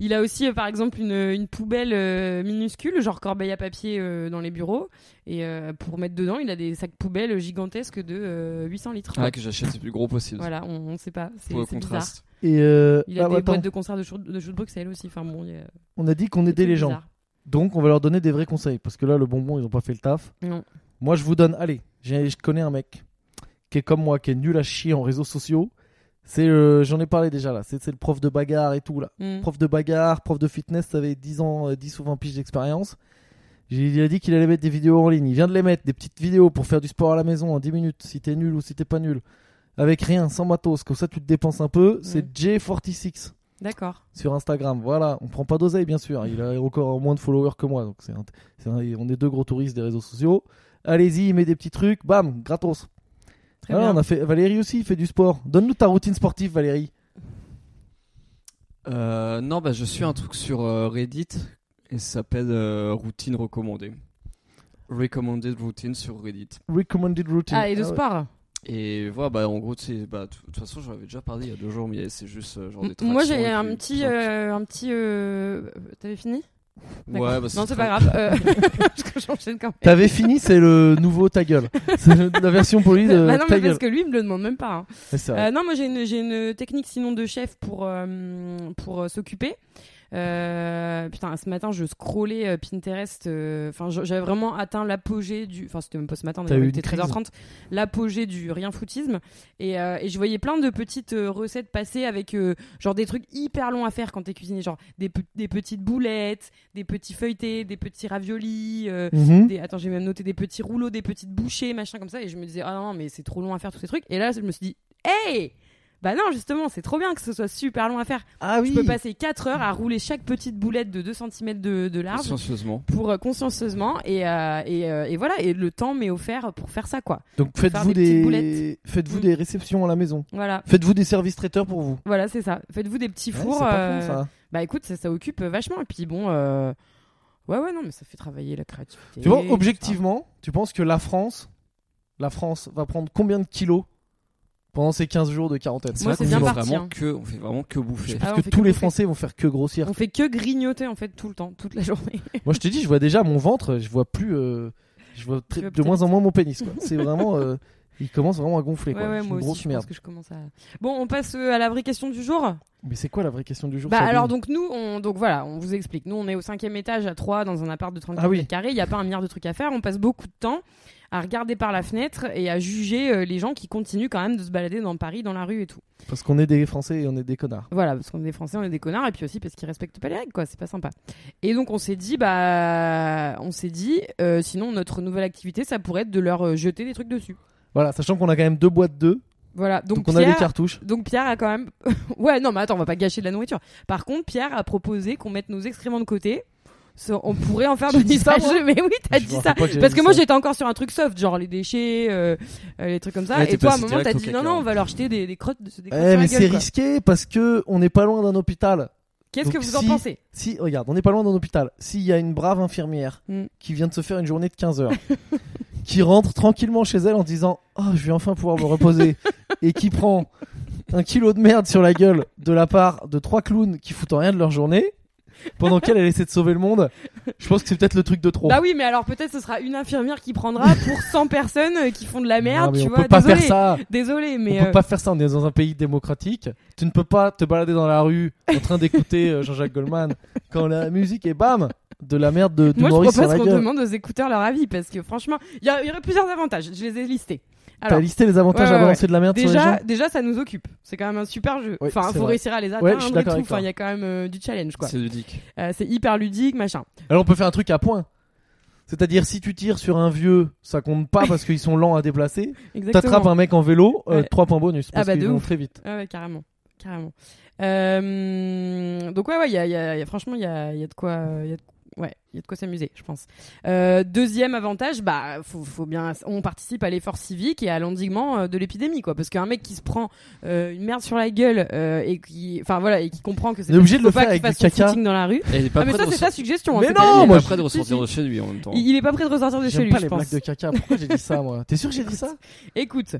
Il a aussi, euh, par exemple, une, une poubelle euh, minuscule, genre corbeille à papier euh, dans les bureaux. Et euh, pour mettre dedans, il a des sacs poubelles gigantesques de euh, 800 litres.
ah que j'achète le plus gros possible
Voilà, on, on sait pas. C'est
pour le
c'est bizarre.
contraste
Et euh,
Il a
ah,
des
attends,
boîtes de concert de show de, show de Bruxelles aussi. Enfin bon, il y a-
on a dit qu'on
c'est
aidait les gens.
bizarre.
Donc on va leur donner des vrais conseils. Parce que là, le bonbon, ils ont pas fait le taf.
Non.
Moi, je vous donne, allez, j'ai- je connais un mec qui est comme moi, qui est nul à chier en réseaux sociaux. C'est, euh, j'en ai parlé déjà là, c'est c'est le prof de bagarre et tout là.
Mm.
prof de bagarre, prof de fitness, ça avait 10 ans, euh, 10 ou 20 piges d'expérience. J'ai- Il a dit qu'il allait mettre des vidéos en ligne. Il vient de les mettre, des petites vidéos pour faire du sport à la maison en 10 minutes, si t'es nul ou si t'es pas nul. Avec rien, sans matos, comme ça tu te dépenses un peu. C'est
Ouais.
J46
D'accord.
sur Instagram. Voilà, on prend pas d'oseille bien sûr. Il a encore moins de followers que moi, donc c'est un- c'est un- on est deux gros touristes des réseaux sociaux. Allez-y, il met des petits trucs, bam, gratos.
Très
Ah,
bien.
on a fait Valérie aussi, il fait du sport. Donne-nous ta routine sportive, Valérie.
Euh, non, bah, je suis un truc sur euh, Reddit et ça s'appelle euh, Routine recommandée. Recommended routine sur Reddit.
Recommended routine.
Ah, et de
ouais.
sport.
Et voilà, bah, en gros, c'est. Bah, de toute façon, j'en avais déjà parlé il y a deux jours, mais c'est juste euh, genre des tractions
Moi, j'ai
et
un
puis-
petit. euh, un petit euh, T'avais fini D'accord.
Ouais, bah,
Non, c'est
très-
pas grave. euh, Parce que j'enchaîne quand même.
T'avais fini, c'est le nouveau ta gueule. C'est le- la version polie de
Bah non,
euh, ta
mais
gueule.
parce que lui, il me le demande même pas. hein.
Ouais, c'est vrai.
Euh, non, moi j'ai une, j'ai une technique sinon de chef pour, euh, pour euh, s'occuper. Euh, putain, ce matin je scrollais euh, Pinterest. euh, Enfin, je- j'avais vraiment atteint l'apogée du. Enfin, c'était même pas ce matin,
T'as
d'ailleurs,
eu
il
une
était 13h30. L'apogée du rien foutisme. Et, euh, et je voyais plein de petites euh, recettes passer avec euh, genre des trucs hyper longs à faire quand t'es cuisinier. Genre des, pe- des petites boulettes, des petits feuilletés, des petits raviolis. euh,
Mhm.
des- attends, j'ai même noté des petits rouleaux, des petites bouchées, machin comme ça. Et je me disais, ah non, mais c'est trop long à faire tous ces trucs. Et là, je me suis dit, hey, Bah non, justement, c'est trop bien que ce soit super long à faire.
Ah oui.
Je peux passer 4 heures à rouler chaque petite boulette de 2 cm de, de large
Consciencieusement.
pour euh, consciencieusement et, euh, et, euh, et voilà et le temps m'est offert pour faire ça quoi.
Donc
faire
faites-vous
des petites
des,
boulettes.
faites-vous
Mm.
des réceptions à la maison.
Voilà.
Faites-vous des services traiteurs pour vous.
Voilà, c'est ça. Faites-vous des petits
Ouais,
fours.
c'est pas
euh,
con, ça.
Bah écoute, ça, ça occupe vachement. Et puis bon, euh, ouais, ouais, non, mais ça fait travailler la créativité. Ah,
Tu vois, objectivement, tu penses que la France, la France va prendre combien de kilos pendant ces 15 jours de quarantaine
Moi,
vrai
c'est
qu'on
bien
fait
parti,
Vraiment
hein.
que, on fait vraiment que bouffer.
Ah,
Parce
on
que
fait
tous
que
les
bouffer.
Français vont faire que grossir.
On fait que grignoter en fait tout le temps, toute la journée.
Moi, je te dis, je vois déjà mon ventre, je vois plus, euh, je vois très-
Tu vois
de
peut-être-
moins en moins mon pénis. quoi. C'est vraiment, euh, il commence vraiment à gonfler.
ouais,
quoi.
ouais,
C'est
moi
une
aussi,
grosse
je
merde.
pense que je commence à. Bon, on passe euh, à l'abrication du jour.
Mais c'est quoi la vraie question du jour
Bah
Sabine
alors donc nous on donc voilà on vous explique nous on est au cinquième étage à 3 dans un appart de 30
Ah oui.
mètres carrés il n'y a pas un milliard de trucs à faire on passe beaucoup de temps à regarder par la fenêtre et à juger euh, les gens qui continuent quand même de se balader dans Paris dans la rue et tout
Parce qu'on est des Français et on est des connards.
voilà parce qu'on est des français on est des connards et puis aussi parce qu'ils respectent pas les règles quoi c'est pas sympa et donc on s'est dit bah on s'est dit euh, sinon notre nouvelle activité ça pourrait être de leur euh, jeter des trucs dessus
Voilà, sachant qu'on a quand même deux boîtes d'œufs,
voilà
donc,
donc,
on a des
Pierre-
cartouches.
donc Pierre a quand même. ouais, non, mais attends, on va pas gâcher de la nourriture. Par contre, Pierre a proposé qu'on mette nos excréments de côté. Ça, On pourrait en faire
J'ai
de
dit ça, moi
l'usage. Mais oui, t'as
Je me
dit ça.
rappelle pas j'avais
Parce que
dit
moi
ça.
j'étais encore sur un truc soft, genre les déchets, euh, euh, les trucs comme ça.
Ouais,
et
t'es
toi à un
passé
moment t'as
direct au
dit non,
caca,
non, on
hein.
va leur jeter des, des crottes, des crottes
Eh,
sur la
mais c'est
gueule. quoi.
risqué parce que on n'est pas loin d'un hôpital.
Qu'est-ce que
Donc
vous en
si-
pensez
Si, regarde, on n'est pas loin d'un hôpital. S'il y a une brave infirmière
Mm.
qui vient de se faire une journée de 15 heures, qui rentre tranquillement chez elle en disant Oh, je vais enfin pouvoir me reposer, et qui prend un kilo de merde sur la gueule de la part de trois clowns qui foutent rien de leur journée, pendant qu'elle elle essaie de sauver le monde, je pense que c'est peut-être le truc de trop.
Bah oui, mais alors peut-être ce sera une infirmière qui prendra pour 100 personnes euh, qui font de la
Non,
merde,
mais
tu
on
vois.
peut pas
désolé,
faire ça.
désolé,
On
mais
peut
euh,
pas faire ça, on est dans un pays démocratique. Tu ne peux pas te balader dans la rue en train d'écouter euh, Jean-Jacques Goldman quand la musique est bam de la merde de, de
moi je
Maurice sur la
propose qu'on
gueule.
demande aux écouteurs leur avis parce que franchement, il y, a- il y aurait plusieurs avantages. Je les ai listés. Alors,
T'as listé les avantages
Ouais, ouais,
à balancer de la merde sur les gens
Déjà, déjà, ça nous occupe. C'est quand même un super jeu.
Oui,
enfin,
c'est
faut
vrai.
réussir à les
Ouais,
atteindre
je suis
et
d'accord
tout.
avec
Enfin,
toi.
il y a quand même euh, du challenge, quoi.
C'est ludique.
Euh, C'est hyper ludique, machin.
Alors on peut faire un truc à points. C'est-à-dire si tu tires sur un vieux, ça compte pas parce qu'ils sont lents à déplacer. T'attrapes
Exactement.
un mec en vélo, euh,
Ouais.
3 points bonus parce
bah,
qu'ils
de
vont
ouf.
très vite.
Ah ouais, carrément, carrément. Euh, donc ouais, ouais, il y a, il y a- il y a- franchement, il y a, il y a de quoi, euh, il y a de- ouais, il y a de quoi s'amuser, je pense. Euh, deuxième avantage, bah, faut, faut bien, on participe à l'effort civique et à l'endiguement euh, de l'épidémie, quoi. Parce qu'un mec qui se prend euh, une merde sur la gueule euh, et qui, enfin voilà, et qui comprend que c'est
On est obligé de
faut
le
pas
faire
qu'il
avec
fasse
du
son
caca.
footing dans la rue.
Et il est pas
ah mais
prêt
ça
de
c'est sa
ressor-
suggestion. hein,
Mais
c'est
non,
pas-
Il est
moi,
pas
je-
prêt de
Si,
ressortir
si.
de chez lui en même temps.
Il, il est pas prêt de ressortir de chez
J'aime
lui,
pas
je
les
pense.
blagues de caca. Pourquoi j'ai dit ça moi T'es sûr que j'ai dit ça
Écoute,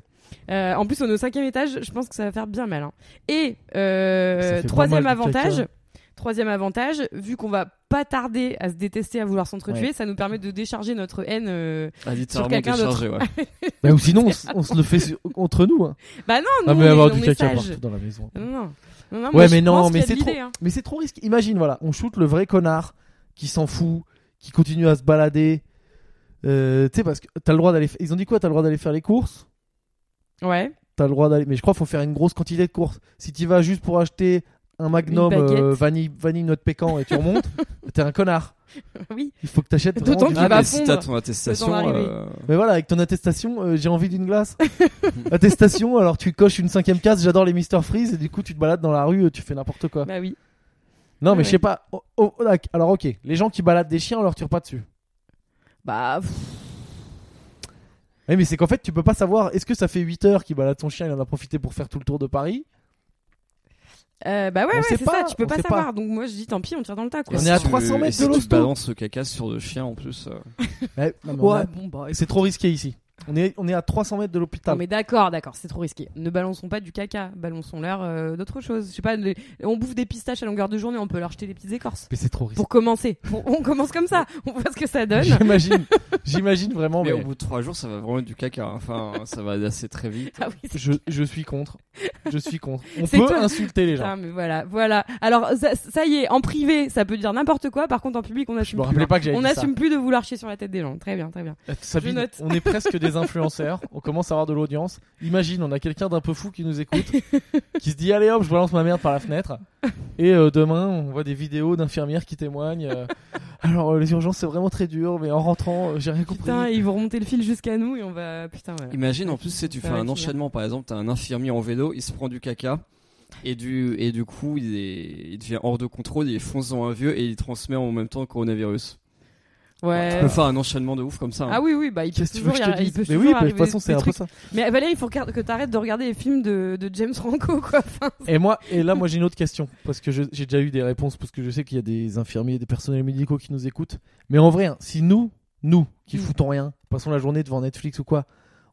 euh, en plus on est au cinquième étage, je pense que ça va faire bien mal. hein. Et euh,
Ça fait pas
troisième
mal de
avantage,
caca.
troisième avantage, vu qu'on va pas tarder à se détester, à vouloir s'entretuer, ça nous permet de décharger notre haine. euh,
Ah, littéralement
quelqu'un d'autre.
déchargé, ouais.
Bah, Ou sinon on, s- on se le fait su- entre nous. Hein.
Bah non, nous,
Ah mais
on,
avoir
est,
du
on est
caca
sages.
partout dans la maison.
Non, non, non, non, moi,
Ouais
je
mais non
pense
mais
qu'il y a
c'est
de
trop.
l'idée, hein.
Mais c'est trop risqué. Imagine voilà, on shoot le vrai connard qui s'en fout, qui continue à se balader. Euh, tu sais parce que t'as le droit d'aller. f- Ils ont dit quoi T'as le droit d'aller faire les courses.
Ouais,
t'as le droit d'aller. Mais je crois qu'il faut faire une grosse quantité de courses. Si tu vas juste pour acheter un magnum
Une baguette.
euh, vanille, vanille noix de pécan et tu remontes, t'es un connard.
oui.
Il faut que t'achètes. vraiment
D'autant
du-
qu'il
Ah,
va
mais si
fondre
t'as ton
le
attestation.
temps d'arriver.
euh,
Mais voilà, avec ton attestation, euh, j'ai envie d'une glace. attestation, alors tu coches une cinquième case, j'adore les Mister Freeze, et du coup tu te balades dans la rue, euh, tu fais n'importe quoi.
Bah oui.
non, mais
ouais.
je sais pas. Oh, oh, oh, like. Alors ok, les gens qui baladent des chiens, on leur tire pas dessus.
Bah pff,
Ouais, Eh, mais c'est qu'en fait, tu peux pas savoir, est-ce que ça fait 8 heures qu'il balade son chien, il en a profité pour faire tout le tour de Paris
euh, bah ouais,
On
ouais,
sait
c'est
pas,
ça. Tu peux
on
pas
sait pas.
savoir. Donc moi je dis tant pis, on tire dans le tas.
et
Quoi.
On
si
est à
tu-
300 mètres
et
de
si tu
l'hosto.
te balances le caca sur le chien en plus. euh,
Ouais,
Ouais, bon bah.
C'est trop risqué ici. On est, on est à 300 mètres de
Non
l'hôpital.
mais d'accord, d'accord, c'est trop risqué. Ne balançons pas du caca, balançons leur euh, d'autres choses. Je sais pas, les- on bouffe des pistaches à longueur de journée, on peut leur jeter des petites écorces.
Mais c'est trop risqué.
Pour commencer, on, on commence comme ça, on voit ce que ça donne.
J'imagine, j'imagine vraiment.
Mais
Mais
au bout de 3 jours, ça va vraiment être du caca. hein. Enfin, ça va aller assez très vite.
Ah oui, c'est-
je, je suis contre. Je suis contre. On
C'est
peut
toi.
insulter les gens.
Ah, mais voilà, voilà. Alors ça, ça y est, en privé, ça peut dire n'importe quoi. Par contre, en public, on
Je
assume
me
plus. hein.
rappelais pas que j'avais
On
dit
assume plus de vouloir chier sur la tête des gens. Très bien, très bien.
ça. Eh, Sabine,
je note.
on est presque des influenceurs. On commence à avoir de l'audience. Imagine, on a quelqu'un d'un peu fou qui nous écoute, qui se dit allez hop, je balance ma merde par la fenêtre. Et euh, demain, on voit des vidéos d'infirmières qui témoignent. euh, Alors, euh, les urgences, c'est vraiment très dur, mais en rentrant, euh, j'ai rien compris.
Putain, ils vont remonter le fil jusqu'à nous et on va. Putain, ouais.
Imagine en plus, tu sais, tu
Ça
fais
va
un
finir.
enchaînement, par exemple, t'as un infirmier en vélo, il se prend du caca. Et du, et du coup, il, est, il devient hors de contrôle, il fonce dans un vieux et il transmet en même temps le coronavirus.
Ouais.
Tu peux faire un enchaînement de ouf comme ça. hein.
Ah oui, oui, bah il peut
Qu'est-ce que tu veux
toujours
que
y
je te
arri-
dise
il peut
Mais
toujours
oui, bah, de
arriver
toute façon,
des
c'est un peu
trucs.
ça.
Mais Valérie, il faut que que t'arrêtes de regarder les films de, de James Franco, quoi. Enfin,
Et moi, et là, moi, j'ai une autre question parce que je- j'ai déjà eu des réponses parce que je sais qu'il y a des infirmiers, des personnels médicaux qui nous écoutent. Mais en vrai, hein, si nous, nous, qui
Mm.
foutons rien, passons la journée devant Netflix ou quoi,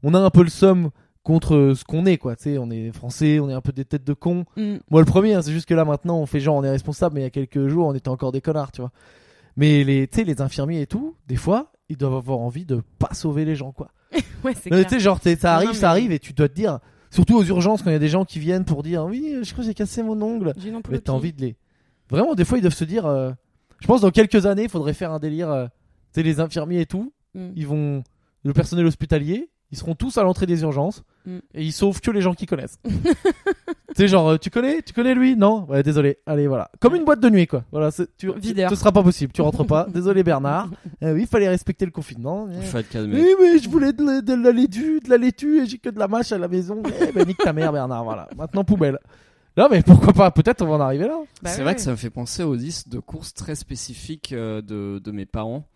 on a un peu le somme contre euh, ce qu'on est, quoi. Tu sais, on est français, on est un peu des têtes de cons.
mm.
Moi, le premier, hein, c'est juste que là, maintenant, on fait genre, on est responsable, mais il y a quelques jours, on était encore des connards, tu vois. Mais les, tu sais, les infirmiers et tout, des fois, ils doivent avoir envie de pas sauver les gens, quoi.
ouais, c'est
Non, mais
clair.
tu sais, genre, t'es- ça
Non,
arrive,
non, mais-
ça arrive, et tu dois te dire, surtout aux urgences, quand il y a des gens qui viennent pour dire, oui, euh, je crois que j'ai cassé mon ongle.
J'ai une
Mais
ampoule
t'as
au
envie de les. Vraiment, des fois, ils doivent se dire, euh, je pense, dans quelques années, il faudrait faire un délire, euh, tu sais, les infirmiers et tout,
pied. Mm.
ils vont, le personnel hospitalier, ils seront tous à l'entrée des urgences,
Mm.
et ils sauvent que les gens qu'ils connaissent. tu sais, genre, euh, tu connais, tu connais lui? Non? Ouais, désolé. Allez, voilà. Comme une boîte de nuit, quoi. Voilà, c'est- tu, tu-
Videur.
ce sera pas possible, tu rentres pas. désolé, Bernard. Euh, oui, il fallait respecter le confinement.
Il faut être calmé.
Oui, mais je voulais de la, de la laitue, de la laitue et j'ai que de la mâche à la maison. Eh ben, nique ta mère, Bernard, voilà. Maintenant, poubelle. Non, mais pourquoi pas Peut-être on va en arriver là.
Bah
c'est
ouais,
vrai
ouais.
que ça me fait penser aux listes de courses très spécifiques euh, de, de mes parents.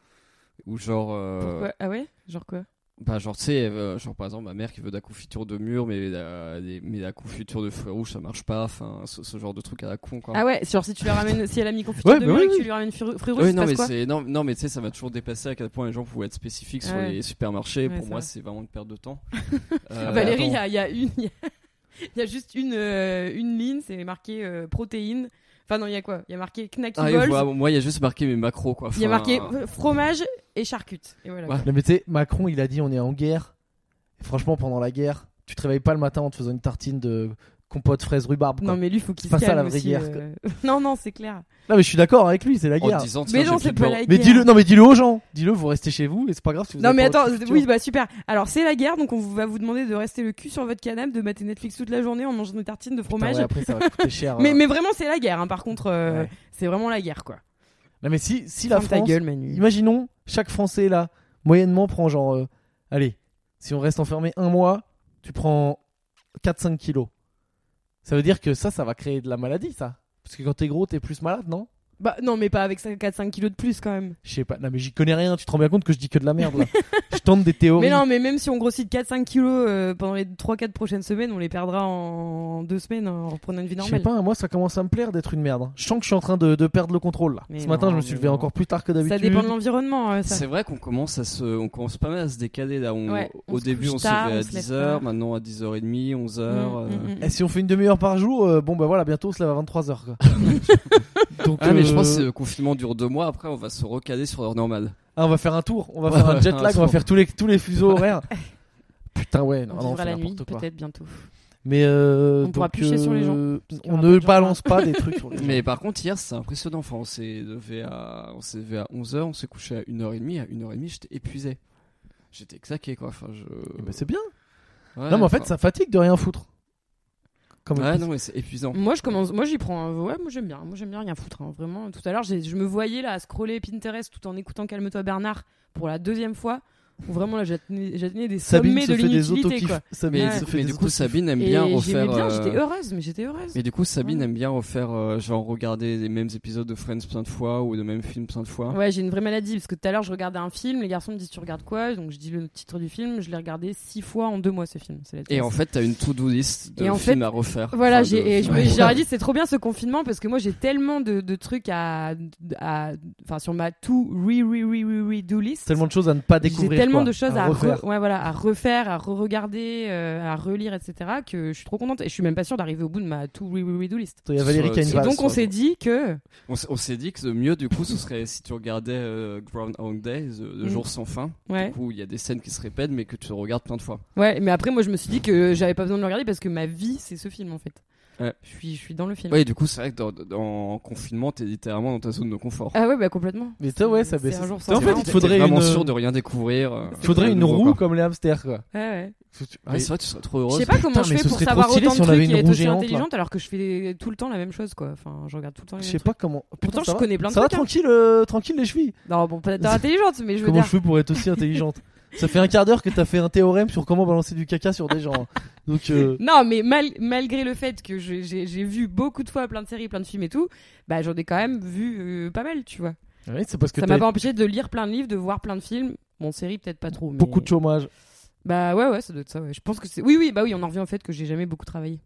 Ou genre. euh,
Pourquoi Ah ouais Genre quoi
bah, genre, tu sais, euh, genre par exemple, ma mère qui veut de la confiture de mûre, mais la, les- mais la confiture de fruits rouges, ça marche pas. Enfin, ce, ce genre de truc à la con, quoi.
Ah ouais, genre si tu lui ramènes, si elle a mis confiture
Ouais,
de
bah
mûre
oui,
et que tu
oui.
lui ramènes fruits fruits rouges,
Oui,
il se
non,
passe
mais
quoi
c'est non, non mais tu sais ça m'a toujours dépassé à quel point les gens pouvaient être spécifiques sur
Ouais.
les supermarchés
Ouais,
pour
c'est
moi
vrai.
c'est vraiment une perte de temps Euh,
Ah,
Valérie,
attends.
il y a, il y a une, il y a- il y a juste une, euh, une ligne, c'est marqué euh, protéines. Enfin non, il y a quoi Il y a marqué knacky
ah, et
balls.
voilà, moi il y a juste marqué mes macros quoi
Il y a
Enfin,
marqué euh, fromage et charcutes. Et voilà.
Ouais.
Non, mais tu sais, Macron, il a dit on est en guerre. Et franchement, pendant la guerre, tu te réveilles pas le matin en te faisant une tartine de compote fraise rhubarbe. quoi.
Non mais lui faut qu'il
C'est
se
pas ça, la
calme
vraie
aussi.
guerre,
euh. Non non c'est clair.
Non, mais je suis d'accord avec lui, c'est la
en
guerre.
te disant
Mais
tiens
non
j'ai
c'est
plus
pas
de blanc.
Oh, la guerre.
Mais dis-le, non, mais dis-le aux gens. Dis-le, vous restez chez vous et c'est pas grave si vous
Non
avez
mais
pas
attends,
votre culture.
oui bah super. Alors c'est la guerre donc on vous- va vous demander de rester le cul sur votre canapé, de mater Netflix toute la journée en mangeant des tartines de
Putain,
fromage.
ouais, après, ça va coûter cher.
mais,
hein.
mais vraiment c'est la guerre. hein. Par contre euh,
Ouais.
c'est vraiment la guerre quoi.
Non, mais si, si la
Ferme ta
France
gueule Manu.
Imaginons, chaque Français là, moyennement prend genre, euh, allez, si on reste enfermé un mois, tu prends 4-5 kilos. Ça veut dire que ça, ça va créer de la maladie, ça. Parce que quand t'es gros, t'es plus malade, non
Bah non mais pas avec 4-5 kilos de plus quand même.
Je sais pas. Non, mais j'y connais rien. Tu te rends bien compte que je dis que de la merde là. je tente des théories.
Mais non mais même si on grossit de 4-5 kilos euh, pendant les 3-4 prochaines semaines, on les perdra en 2 semaines hein, en reprenant une vie
je sais
normale.
pas. Moi, ça commence à me plaire d'être une merde. hein. Je sens que je suis en train de, de perdre le contrôle là.
Mais
Ce matin,
non,
je me suis
mais
levé
non.
encore plus tard que
Ça
d'habitude.
dépend de l'environnement euh, ça.
C'est vrai qu'on commence à se, on commence pas mal à se décaler là. On-
Ouais, on
au
se
début,
couche
on se
tard,
levait à
on se lève
10h,
tard.
maintenant à 10h30, 11h.
Mm,
euh.
mm, mm, mm.
Et si on fait une demi-heure par jour, euh, bon bah voilà, bientôt on se lève à 23h quoi. Donc,
Ah, mais je
euh,
pense que le confinement dure deux mois. Après, on va se recaler sur l'heure normale.
Ah, on va faire un tour, on va
Ouais,
faire
ouais,
un jet
un
lag, on va
tour.
faire tous les, tous les fuseaux horaires. Putain, ouais, Ah non,
On
non, on
vivra
fait
la nuit
n'importe quoi.
peut-être bientôt.
Mais euh,
On pourra
donc,
picher sur les gens,
euh,
qu'il y
On
aura pas
ne
de gens
balance pas des trucs sur les gens.
Mais par contre, hier, c'est impressionnant. Enfin, on s'est levé à, on s'est levé à 11h, on s'est couché à 1h30. À 1h30, j'étais épuisé. J'étais claqué, quoi. Enfin, je.
Eh ben, c'est bien.
Ouais,
non, mais en fait,
enfin,
ça fatigue de rien foutre. Comme
Ouais, non, mais c'est épuisant.
Moi, je commence. Moi, j'y prends. un- Ouais, moi j'aime bien. Moi, j'aime bien rien foutre. hein. Vraiment. Tout à l'heure, j'ai- je me voyais là à scroller Pinterest tout en écoutant Calme-toi Bernard pour la deuxième fois. Où vraiment là, j'atteignais j'atteignais des
Sabine
sommets
se
de
fait des
l'inutilité.
autokiffs.
quoi.
Sabine
Mais,
se fait
mais
des
du coup,
autokiffs.
Sabine aime
Et
bien
j'aimais
refaire.
bien.
euh,
J'étais heureuse, mais j'étais heureuse.
Mais du coup, Sabine
Ouais.
aime bien refaire, euh, genre, regarder les mêmes épisodes de Friends plein de fois ou de même film plein de fois.
Ouais, j'ai une vraie maladie parce que tout à l'heure, je regardais un film. Les garçons me disent tu regardes quoi Donc je dis le titre du film. Je l'ai regardé six fois en deux mois ce film. C'est la
Et en fait, t'as une to-do list de
Et en
films
fait,
à refaire.
Voilà,
Enfin, de-
j'ai, et je me-
Ouais.
j'aurais dit c'est trop bien ce confinement parce que moi j'ai tellement de, de trucs à, à- enfin sur ma to re re re re re do list.
Tellement de choses à ne pas
j'ai
découvrir. quoi,
tellement de choses à, re-
refaire.
ouais, voilà, à refaire, à re-regarder, euh, à relire, etc. que je suis trop contente et je suis même pas sûre d'arriver au bout de ma to re re re do list.
Il y a Valérie qui a une
Et
Et
bah,
valse.
donc on
ça,
s'est
bon.
dit que
On, s- on s'est dit que le mieux, du coup, ce serait si tu regardais euh, Groundhog Day, The- le
Mm.
jour sans fin.
Ouais.
Du coup, il y a des scènes qui se répètent, mais que tu regardes plein de fois.
ouais, mais après moi je me suis dit que j'avais pas besoin de le regarder parce que ma vie c'est ce film en fait.
Ouais.
Je suis, je suis dans le film.
Ouais, et du coup, c'est vrai que dans, dans- en confinement, t'es littéralement dans ta zone de confort.
Ah ouais, bah complètement.
Mais ça, ouais, ça
C'est
baisse.
un jour
Mais
sans
en fait,
fin,
il te
en
faudrait
T'es vraiment
une,
sûr de rien découvrir. euh,
il faudrait
de
une
nouveau,
roue
quoi.
comme les hamsters, quoi.
Ouais, ouais.
Ah, c'est vrai, tu serais trop
Je
heureuse.
sais pas comment
Putain,
je
mais
fais
ce
pour
serait trop
savoir
stylé
autant
si
de
on avait
trucs
une
et être
roue
aussi
géante, là.
intelligente alors que je fais tout le temps la même chose quoi. Enfin, je regarde tout le temps les
Je
mêmes
sais
trucs.
pas comment.
Pourtant,
Putain, ça
je
va
connais plein de
Ça va
trucs, hein.
tranquille, euh, tranquille les chevilles.
Non, bon, peut-être pas intelligente, mais je veux
Comment
dire.
je fais pour être aussi intelligente Ça fait un quart d'heure que t'as fait un théorème sur comment balancer du caca sur des gens. Donc, euh,
Non, mais mal- malgré le fait que je- j'ai j'ai vu beaucoup de fois plein de séries, plein de films et tout, bah j'en ai quand même vu euh, pas mal, tu vois.
ouais, c'est parce que
Ça m'a
t'as
pas empêché de lire plein de livres, de voir plein de films. Mon série peut-être pas trop. Mais...
beaucoup de chômage.
Bah ouais, ouais, ça doit être ça. ouais. Je pense que c'est. Oui, oui, bah oui, on en revient au fait que j'ai jamais beaucoup travaillé.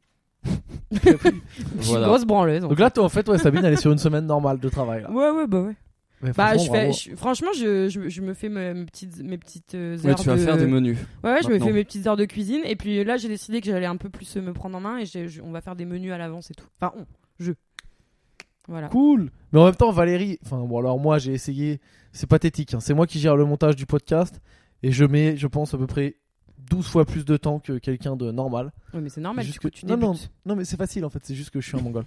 Je suis une
Voilà.
grosse branleuse. en
Donc là, toi, en fait, ouais, Sabine, elle est sur une semaine normale de travail. là.
fait. Ouais, ouais, bah ouais.
Ouais,
Bah,
franchement,
je fais,
bravo.
je- franchement, je, je, je me fais mes, mes petites, mes petites euh,
Ouais,
heures
tu vas
de...
faire des menus.
Ouais, ouais, je me
maintenant.
fais mes petites heures de cuisine. Et puis là, j'ai décidé que j'allais un peu plus euh, me prendre en main et j'ai- je- on va faire des menus à l'avance et tout. Enfin, on, je. Voilà.
Cool. Mais en même temps, Valérie. Enfin, bon, alors moi, j'ai essayé. C'est pathétique. hein. C'est moi qui gère le montage du podcast et je mets, je pense, à peu près 12 fois plus de temps que quelqu'un de normal.
Ouais, mais c'est normal,
Juste
du coup,
que-
tu
non,
débutes.
non, non, mais c'est facile en fait, c'est juste que je suis un mongol.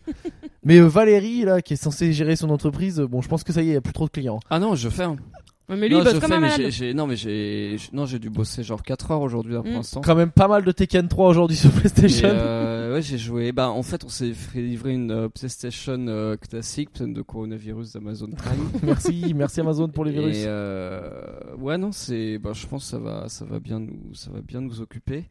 mais euh, Valérie, là, qui est censée gérer son entreprise, euh, bon, je pense que ça y est, il n'y a plus trop de clients.
Ah non, je fais. hein.
Ouais, mais lui,
non,
il bosse
je
comme
fais,
un
mais
malade.
j'ai- j'ai- non, mais j'ai, j'ai- non, j'ai dû bosser genre 4 heures aujourd'hui là, pour
Mm.
l'instant.
Quand même pas mal de Tekken 3 aujourd'hui sur
Et,
PlayStation.
euh, ouais, j'ai joué. Bah, en fait, on s'est fait livrer une euh, PlayStation euh, classique, pleine de coronavirus d'Amazon Prime.
Merci, merci Amazon pour les virus.
Et euh, ouais, non, c'est, bah, je pense que ça va, ça va bien nous, ça va bien nous occuper.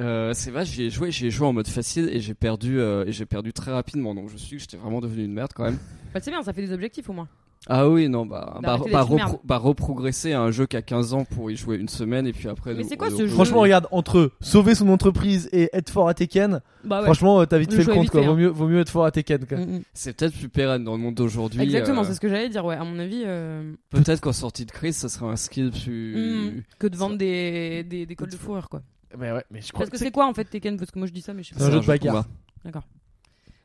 Euh, c'est vrai, j'y ai joué, j'y ai joué en mode facile et j'ai perdu, euh, et j'ai perdu très rapidement. Donc je suis, j'étais vraiment devenu une merde quand même.
Bah, c'est bien, ça fait des objectifs au moins.
Ah oui, non, bah, bah,
D'arrêter
bah,
d'être une
repro-
merde.
bah, reprogresser à un jeu qui a 15 ans pour y jouer une semaine et puis après.
Mais
de-
c'est quoi
de-
ce jeu
Franchement,
Oui.
regarde, entre sauver son entreprise et être fort à Tekken,
Bah ouais.
franchement, euh, t'as vite
Le
fait le
choix est
compte,
vite
quoi.
fait,
Vaut
hein.
mieux, vaut mieux être fort à Tekken, quoi.
Mm, mm.
C'est peut-être plus pérenne dans le monde d'aujourd'hui.
Exactement,
euh,
c'est ce que j'allais dire, ouais. À mon avis, euh,
Peut-être qu'en sortie de crise, ça serait un skill plus.
mm, que de vendre des, des, des cols de fourrure, quoi.
Mais ouais, mais je crois
Parce
que
que c'est quoi en fait Tekken Parce que moi je dis ça, mais je sais
C'est
pas.
un jeu de bagarre.
combat.
D'accord.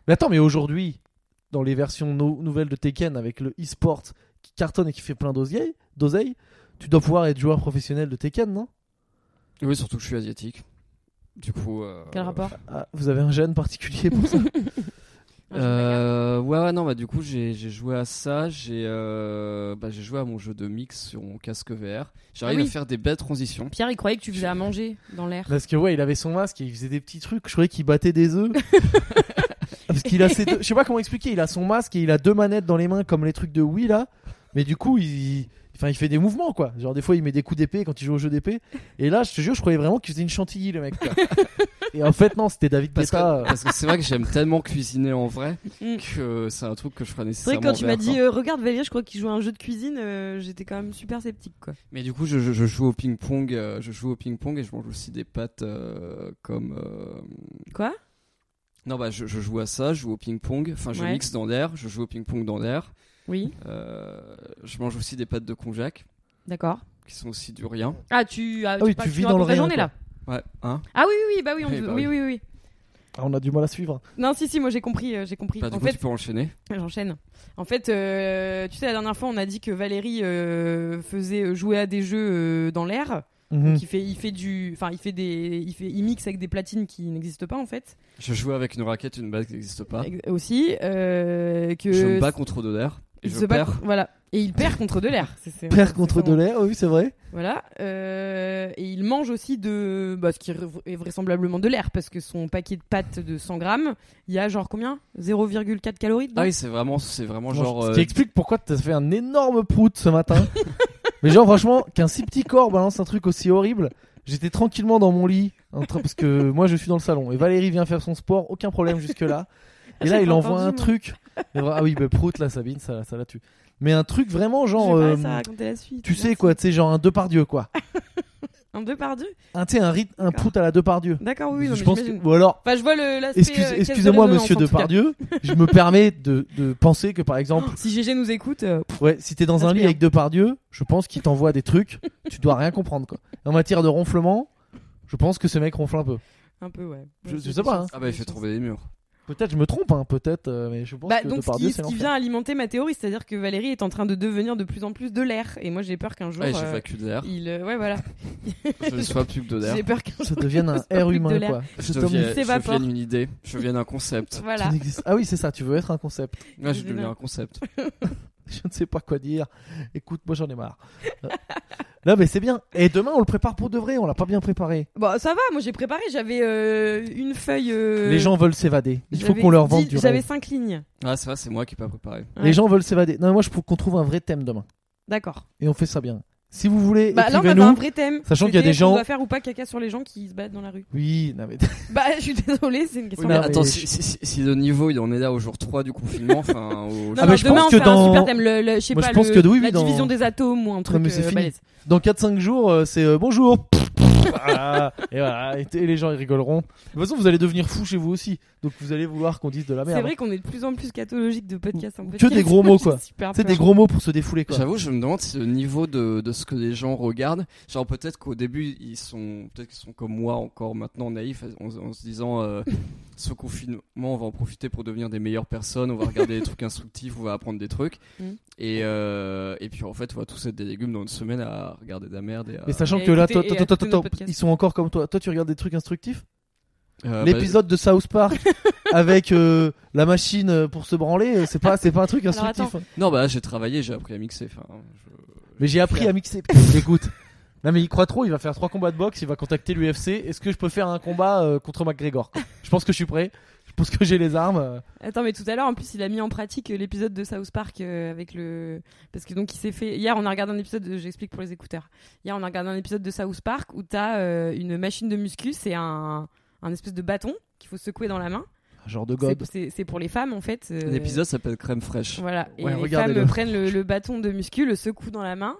Mais attends, mais aujourd'hui, dans les versions no- nouvelles de Tekken avec le e-sport qui cartonne et qui fait plein d'oseille, d'oseille, tu dois pouvoir être joueur professionnel de Tekken, non
Oui, surtout que je suis asiatique. Du coup. euh,
Quel rapport
Ah, Vous avez un gène particulier pour ça
Un jeu de bagarre.
Euh, ouais, ouais, non, bah du coup, j'ai j'ai joué à ça, j'ai euh, bah, j'ai joué à mon jeu de mix sur mon casque VR. J'arrive
Ah oui.
à faire des belles transitions.
Pierre, il croyait que tu faisais à manger dans l'air.
Parce que ouais, il avait son masque et il faisait des petits trucs. Je croyais qu'il battait des œufs. Parce qu'il a ses deux- Je sais pas comment expliquer. Il a son masque et il a deux manettes dans les mains comme les trucs de Wii là. Mais du coup, il. Enfin, il fait des mouvements quoi. Genre, des fois, il met des coups d'épée quand il joue au jeu d'épée. Et là, je te jure, je croyais vraiment qu'il faisait une chantilly, le mec. quoi. et en fait, non, c'était David
Parce que
Guetta.
parce que c'est vrai que j'aime tellement cuisiner en vrai
euh. Mm.
que c'est un truc que je ferais
C'est vrai
nécessairement.
que quand tu
en
m'as
VR,
dit
quoi.
euh, regarde Valérie, je crois qu'il joue à un jeu de cuisine, euh, j'étais quand même super sceptique quoi.
Mais du coup, je, je- je joue au ping-pong, euh, je joue au ping-pong et je mange aussi des pâtes euh, comme. euh,
Quoi
Non, bah je, je joue à ça, je joue au ping-pong, enfin je
Ouais.
mixe dans l'air, je joue au ping-pong dans l'air.
Oui,
Euh, je mange aussi des pâtes de konjac
d'accord.
qui sont aussi du rien.
Ah tu ah,
oui,
pas-
tu vis
racontes
dans le
la
rien,
journée
quoi.
là.
Ouais, hein
Ah oui oui oui, bah oui on
Oui,
veut-
bah
oui,
oui.
oui oui.
Ah, on a du mal à suivre.
Non si si, moi j'ai compris, euh, j'ai compris.
Bah, du
en
coup,
fait,
tu peux enchaîner.
J'enchaîne. En fait, euh, tu sais, la dernière fois, on a dit que Valérie euh, faisait euh, jouer à des jeux euh, dans l'air.
Mhm.
Donc, il fait, il fait du, enfin, il fait des, il fait, il mixe avec des platines qui n'existent pas en fait.
Je joue avec une raquette, une balle qui n'existe pas.
Ex- Aussi, euh, que
Ah. Je me bats contre de l'air et
il
je
se bat-
perds.
voilà. Et il perd contre de l'air. C'est- c'est-
Père
c'est
contre
vraiment-
de l'air, oui, c'est vrai.
Voilà. Euh, et il mange aussi de, bah, ce qui est vraisemblablement de l'air parce que son paquet de pâtes de 100 grammes, il y a genre combien 0,4 calories. dedans
Ah oui, c'est vraiment, c'est vraiment
Bon,
genre.
ce
euh,
qui explique pourquoi t'as fait un énorme prout ce matin. Mais genre franchement, qu'un si petit corps balance un truc aussi horrible. J'étais tranquillement dans mon lit, en train, parce que moi je suis dans le salon et Valérie vient faire son sport, aucun problème jusque là. Et là
J'ai
il
pas
envoie
entendu,
un
moi.
truc. Et vra- ah oui, bah, prout là Sabine, ça, ça la tue. Mais un truc vraiment genre,
Je vais pas
euh,
ça raconter la suite.
tu sais
Merci.
quoi, tu sais genre un deux par Dieu quoi.
Un deux par deux.
Un tu sais un rythme, un
D'accord.
prout à la deux par Dieu.
D'accord, oui, non,
je
mais
pense que-
j'imagine.
ou alors.
Enfin, je vois le. l'aspect,
excuse-
euh, caisse de
Excusez-moi,
résonance,
monsieur
en tout cas.
Depardieu, je me permets de, de penser que par exemple,
Si GG nous écoute, euh, pff,
Ouais, si t'es dans un lit
Inspire.
avec Depardieu, je pense qu'il t'envoie des trucs, tu dois rien comprendre quoi. En matière de ronflement, je pense que ce mec ronfle un peu.
un peu, ouais.
Je-
Ouais,
je
j'ai
sais
des
pas,
chances,
hein.
Ah bah, il
des
fait
chances.
trouver des murs.
Peut-être je me trompe, hein, peut-être, euh, mais je pense
Bah,
que
donc, ce
Depardieu,
qui,
c'est
ce qui
l'enfer.
vient alimenter ma théorie, c'est-à-dire que Valérie est en train de devenir de plus en plus de l'air. Et moi, j'ai peur qu'un jour.
Ouais, j'ai
euh,
vaincu de l'air.
il, euh, ouais, voilà.
Je sois plus que de l'air.
J'ai peur qu'un
Ça
jour.
devienne un
soit plus
air
que de
humain,
l'air.
quoi.
Je
Cet homme
deviens, je
s'évapore.
deviens une idée, je deviens un concept.
qui
Voilà.
n'existe- Ah oui, c'est ça, tu veux être un concept.
Là, je deviens un concept.
Je ne sais pas quoi dire. Écoute, moi j'en ai marre. Euh, non, mais c'est bien. Et demain, on le prépare pour de vrai. On l'a pas bien préparé.
Bon, Bah, ça va, moi j'ai préparé, j'avais euh, une feuille. euh,
Les gens veulent s'évader. Il faut
j'avais
qu'on leur vende
dix-
du
J'avais
rêve.
cinq lignes.
Ah, c'est vrai, c'est moi qui n'ai pas préparé.
Ouais.
Les gens veulent s'évader. Non, mais moi je trouve qu'on trouve un vrai thème demain.
D'accord.
Et on fait ça bien. Si vous voulez,
Bah là, on avait
écrivez-nous.
un vrai thème.
sachant qu'il y a
C'était
des gens-
On doit faire ou pas caca sur les gens qui se battent dans la rue.
Oui, non, mais...
Bah, je suis désolée, c'est une question.
Oui, mais-
de-
Attends,
mais-
si, si- si- si le niveau il en est là au jour 3 du confinement, enfin. au-
Non,
Ah,
non,
mais je
demain
pense
on
que
fait
dans-
un super thème. Le, le- je sais
Moi, je
pas,
pense
le-
que oui, oui,
la
dans-
division des atomes ou un truc.
mais c'est
euh,
fini.
balèze.
dans 4-5 jours, euh, c'est euh, bonjour. Voilà. et voilà. Et, t- et les gens ils rigoleront. De toute façon, vous allez devenir fous chez vous aussi. Donc vous allez vouloir qu'on dise de la
C'est
Ah, merde.
vrai qu'on est de plus en plus cathologique de podcast en
Que
podcast.
des gros mots, quoi.
J'ai super
C'est
peur.
des gros mots pour se défouler, quoi.
J'avoue, je me demande si le niveau de, de ce que les gens regardent, genre peut-être qu'au début ils sont peut-être qu'ils sont comme moi encore maintenant naïfs en, en se disant euh, ce confinement on va en profiter pour devenir des meilleures personnes, on va regarder des trucs instructifs, on va apprendre des trucs
Mm.
et euh, et puis en fait on va tous être des légumes dans une semaine à regarder de la merde. Et à-
Mais sachant
Et
que là,
écoutez,
toi,
et
toi, toi,
écoutez
toi,
nos podcasts.
ils sont encore comme toi. Toi, tu regardes des trucs instructifs.
Euh, bah,
L'épisode de South Park avec euh, la machine euh, pour se branler, euh, c'est pas, c'est pas un truc
Alors,
instructif. hein.
non bah j'ai travaillé, j'ai appris à mixer. Enfin, je-
Mais j'ai appris à mixer. Putain, Écoute. Non mais il croit trop, il va faire trois combats de boxe, il va contacter l'UFC. Est-ce que je peux faire un combat euh, contre McGregor quoi Je pense que je suis prêt. Je pense que j'ai les armes. euh.
Attends, mais tout à l'heure, en plus, il a mis en pratique euh, l'épisode de South Park euh, avec le. Parce que donc, il s'est fait. Hier, on a regardé un épisode. de- J'explique pour les écouteurs. Hier, on a regardé un épisode de South Park où t'as euh, une machine de muscu, c'est un... un espèce de bâton qu'il faut secouer dans la main.
Un genre de god.
C'est- C'est c'est pour les femmes, en fait. euh,
L'épisode s'appelle crème fraîche.
Voilà. Et
Ouais,
les femmes
regardez-le.
euh, prennent le, le bâton de muscu, le secouent dans la main.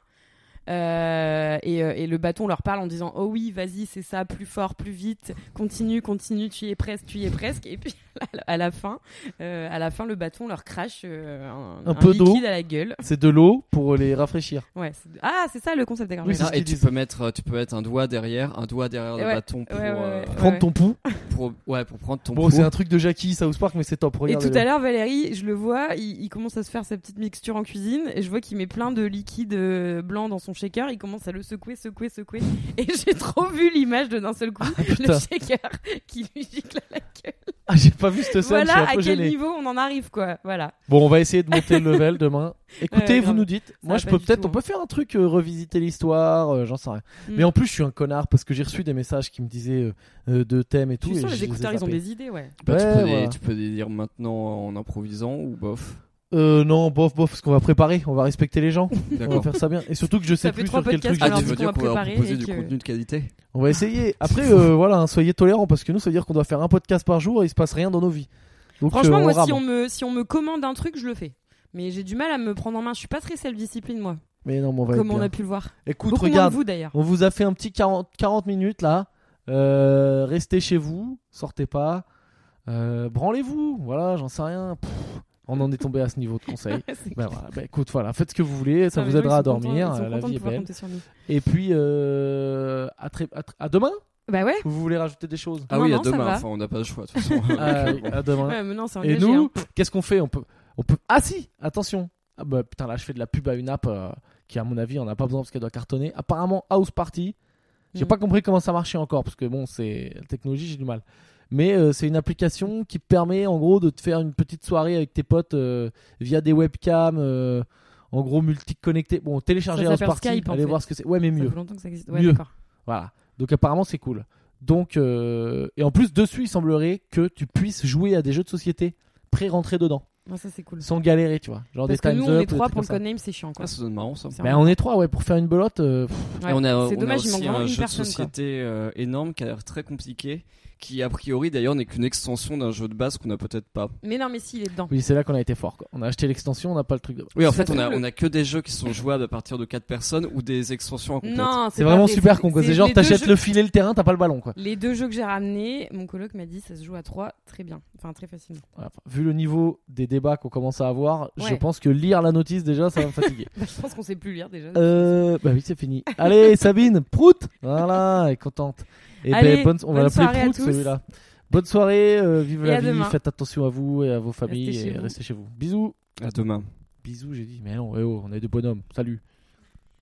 euh, et, euh, et le bâton leur parle en disant Oh oui, vas-y, c'est ça, plus fort, plus vite, continue, continue, tu y es presque, tu y es presque. Et puis à la- à la fin, euh, à la fin le bâton leur crache euh, un,
Un peu d'eau.
liquide à la gueule.
C'est de l'eau pour les rafraîchir.
Ouais, c'est- ah, c'est ça le concept, d'accord.
Oui,
j'ai
c'est
Ah,
ce
et
qu'ils
tu
disent.
peux mettre euh, tu peux mettre un doigt derrière, un doigt derrière le
Ouais,
bâton pour
ouais, ouais,
euh,
ouais.
Prendre ton pouls.
pour ouais pour prendre ton
Bon,
pouls.
c'est un truc de Jackie South Park, mais c'est top.
Et
Regarde.
tout à l'heure, Valérie, je le vois, il, il commence à se faire sa petite mixture en cuisine et je vois qu'il met plein de liquide euh, blanc dans son shaker. Il commence à le secouer, secouer, secouer. Et j'ai trop vu l'image de d'un seul coup, le
putain.
shaker qui lui gicle à la gueule.
Ah, j'ai pas vu cette scène. je suis
Voilà
un
à
peu
quel
gêné.
niveau on en arrive, quoi. Voilà.
Bon, on va essayer de monter le level demain. Écoutez,
Ouais,
vous
grave.
nous dites. Moi,
va
je
pas
peux
du
peut-être,
tout, hein. Hmm.
on peut faire un truc, euh, revisiter l'histoire, euh, j'en sais rien. Mais
Mm.
en plus, je suis un connard parce que j'ai reçu des messages qui me disaient euh, euh, de thèmes et tout.
Tu
et
sens
je
les écouteurs, ils ont
zappés.
des idées, ouais.
Bah, tu,
Ouais,
peux les,
voilà.
tu peux les lire maintenant en improvisant ou bof.
Euh, non, bof, bof, parce qu'on va préparer, on va respecter les gens, on va
D'accord.
faire ça bien. Et surtout que je sais
fait
plus
trois
sur quel truc.
podcasts
Ah,
je
Alors,
tu
vais-
veux
qu'on
dire
va
qu'on va
préparer
proposer
et
du
que-
contenu de qualité
On va essayer. Après, euh, voilà, hein, soyez tolérants parce que nous, ça veut dire qu'on doit faire un podcast par jour et il se passe rien dans nos vies. Donc,
Franchement,
euh, on
moi,
rame.
si on, me, si on me commande un truc, je le fais. Mais j'ai du mal à me prendre en main. Je suis pas très self-discipline, moi.
Mais non, mais on va être
comme on
bien.
a pu le voir.
Écoute,
Beaucoup moins
regarde,
de vous, d'ailleurs.
On vous a fait un petit 40, 40 minutes là. Euh, restez chez vous, sortez pas. Euh, branlez-vous, voilà, j'en sais rien. Pff, on en est tombé à ce niveau de conseil.
C'est-
Bah, voilà, bah, écoute, voilà, faites ce que vous voulez, ça
Non, mais
vous
les gens,
aidera
ils
à
sont contents,
dormir,
ils sont
euh, la
contents de
vie est
pouvoir
belle.
compter sur nous.
Et puis, euh, à, très- à tr- à demain,
Bah ouais.
vous voulez rajouter des choses
Ah
Non,
oui,
non,
à
ça
demain,
va.
enfin on n'a pas le choix de toute façon.
Ah,
Donc, bon.
À demain.
Ouais, mais non, c'est
Et
engagé,
nous,
hein.
qu'est-ce qu'on fait on peut, on peut. Ah si, attention. Ah bah, putain, là je fais de la pub à une app euh, qui à mon avis on n'a pas besoin parce qu'elle doit cartonner. Apparemment House Party. J'ai
Mm.
pas compris comment ça marchait encore parce que bon c'est la technologie j'ai du mal. Mais euh, c'est une application qui permet en gros de te faire une petite soirée avec tes potes euh, via des webcams. euh, en gros multi-connecté. Bon, téléchargez
Ça
House
s'appelle
Party,
Skype, en
allez
fait.
voir ce que c'est. Ouais, mais
Ça
mieux.
fait longtemps que ça existe. Ouais,
Mieux.
d'accord.
Voilà. Donc apparemment c'est cool. Donc euh, et en plus dessus il semblerait que tu puisses jouer à des jeux de société pré-rentrés dedans
Non, ça c'est cool.
sans galérer, tu vois. Genre
Parce
des
que
times
nous,
up,
on
des
est trois
trucs
pour le hein.
comme ça.
codename, c'est chiant quoi.
Ah, ça donne marrant ça.
C'est
Ben, on est trois, ouais, pour faire une belote. euh, pff,
Ouais.
Et on a,
C'est
on a
dommage, il manque
aussi
vraiment
un
une
jeu de
personne. quoi.
société euh, énorme qui a l'air très compliqué, qui a priori d'ailleurs n'est qu'une extension d'un jeu de base qu'on a peut-être pas.
Mais non, mais si, il est dedans.
oui, c'est là qu'on a été fort. quoi. On a acheté l'extension, on n'a pas le truc de.
Oui, en fait,
Ça
on a,
fait le-
on a que des jeux qui sont jouables à partir de 4 personnes ou des extensions en complète.
Non,
C'est
pas
vraiment
vrai,
super con. quoi. C'est genre
les deux
t'achètes
jeux-
le filet, le terrain, t'as pas le ballon quoi.
Les deux jeux que j'ai ramenés, mon coloc m'a dit ça se joue à trois très bien. Enfin, très facilement.
Voilà. Vu le niveau des débats qu'on commence à avoir, je
Ouais.
pense que lire la notice déjà, ça va me fatiguer.
Bah, je pense qu'on sait plus lire déjà.
euh, bah oui, c'est fini. Allez, Sabine, prout. Voilà, elle est contente. Et
Allez,
ben, bonne- on va
bonne
l'appeler
soirée à
prout
tous.
celui-là. Bonne soirée, euh, vive
Et
la
à
vie,
demain.
faites attention à vous et à vos familles
chez
et
vous.
restez chez vous. Bisous.
À demain.
Bisous, j'ai dit. Mais non, eh oh, on est des bonhommes. Salut.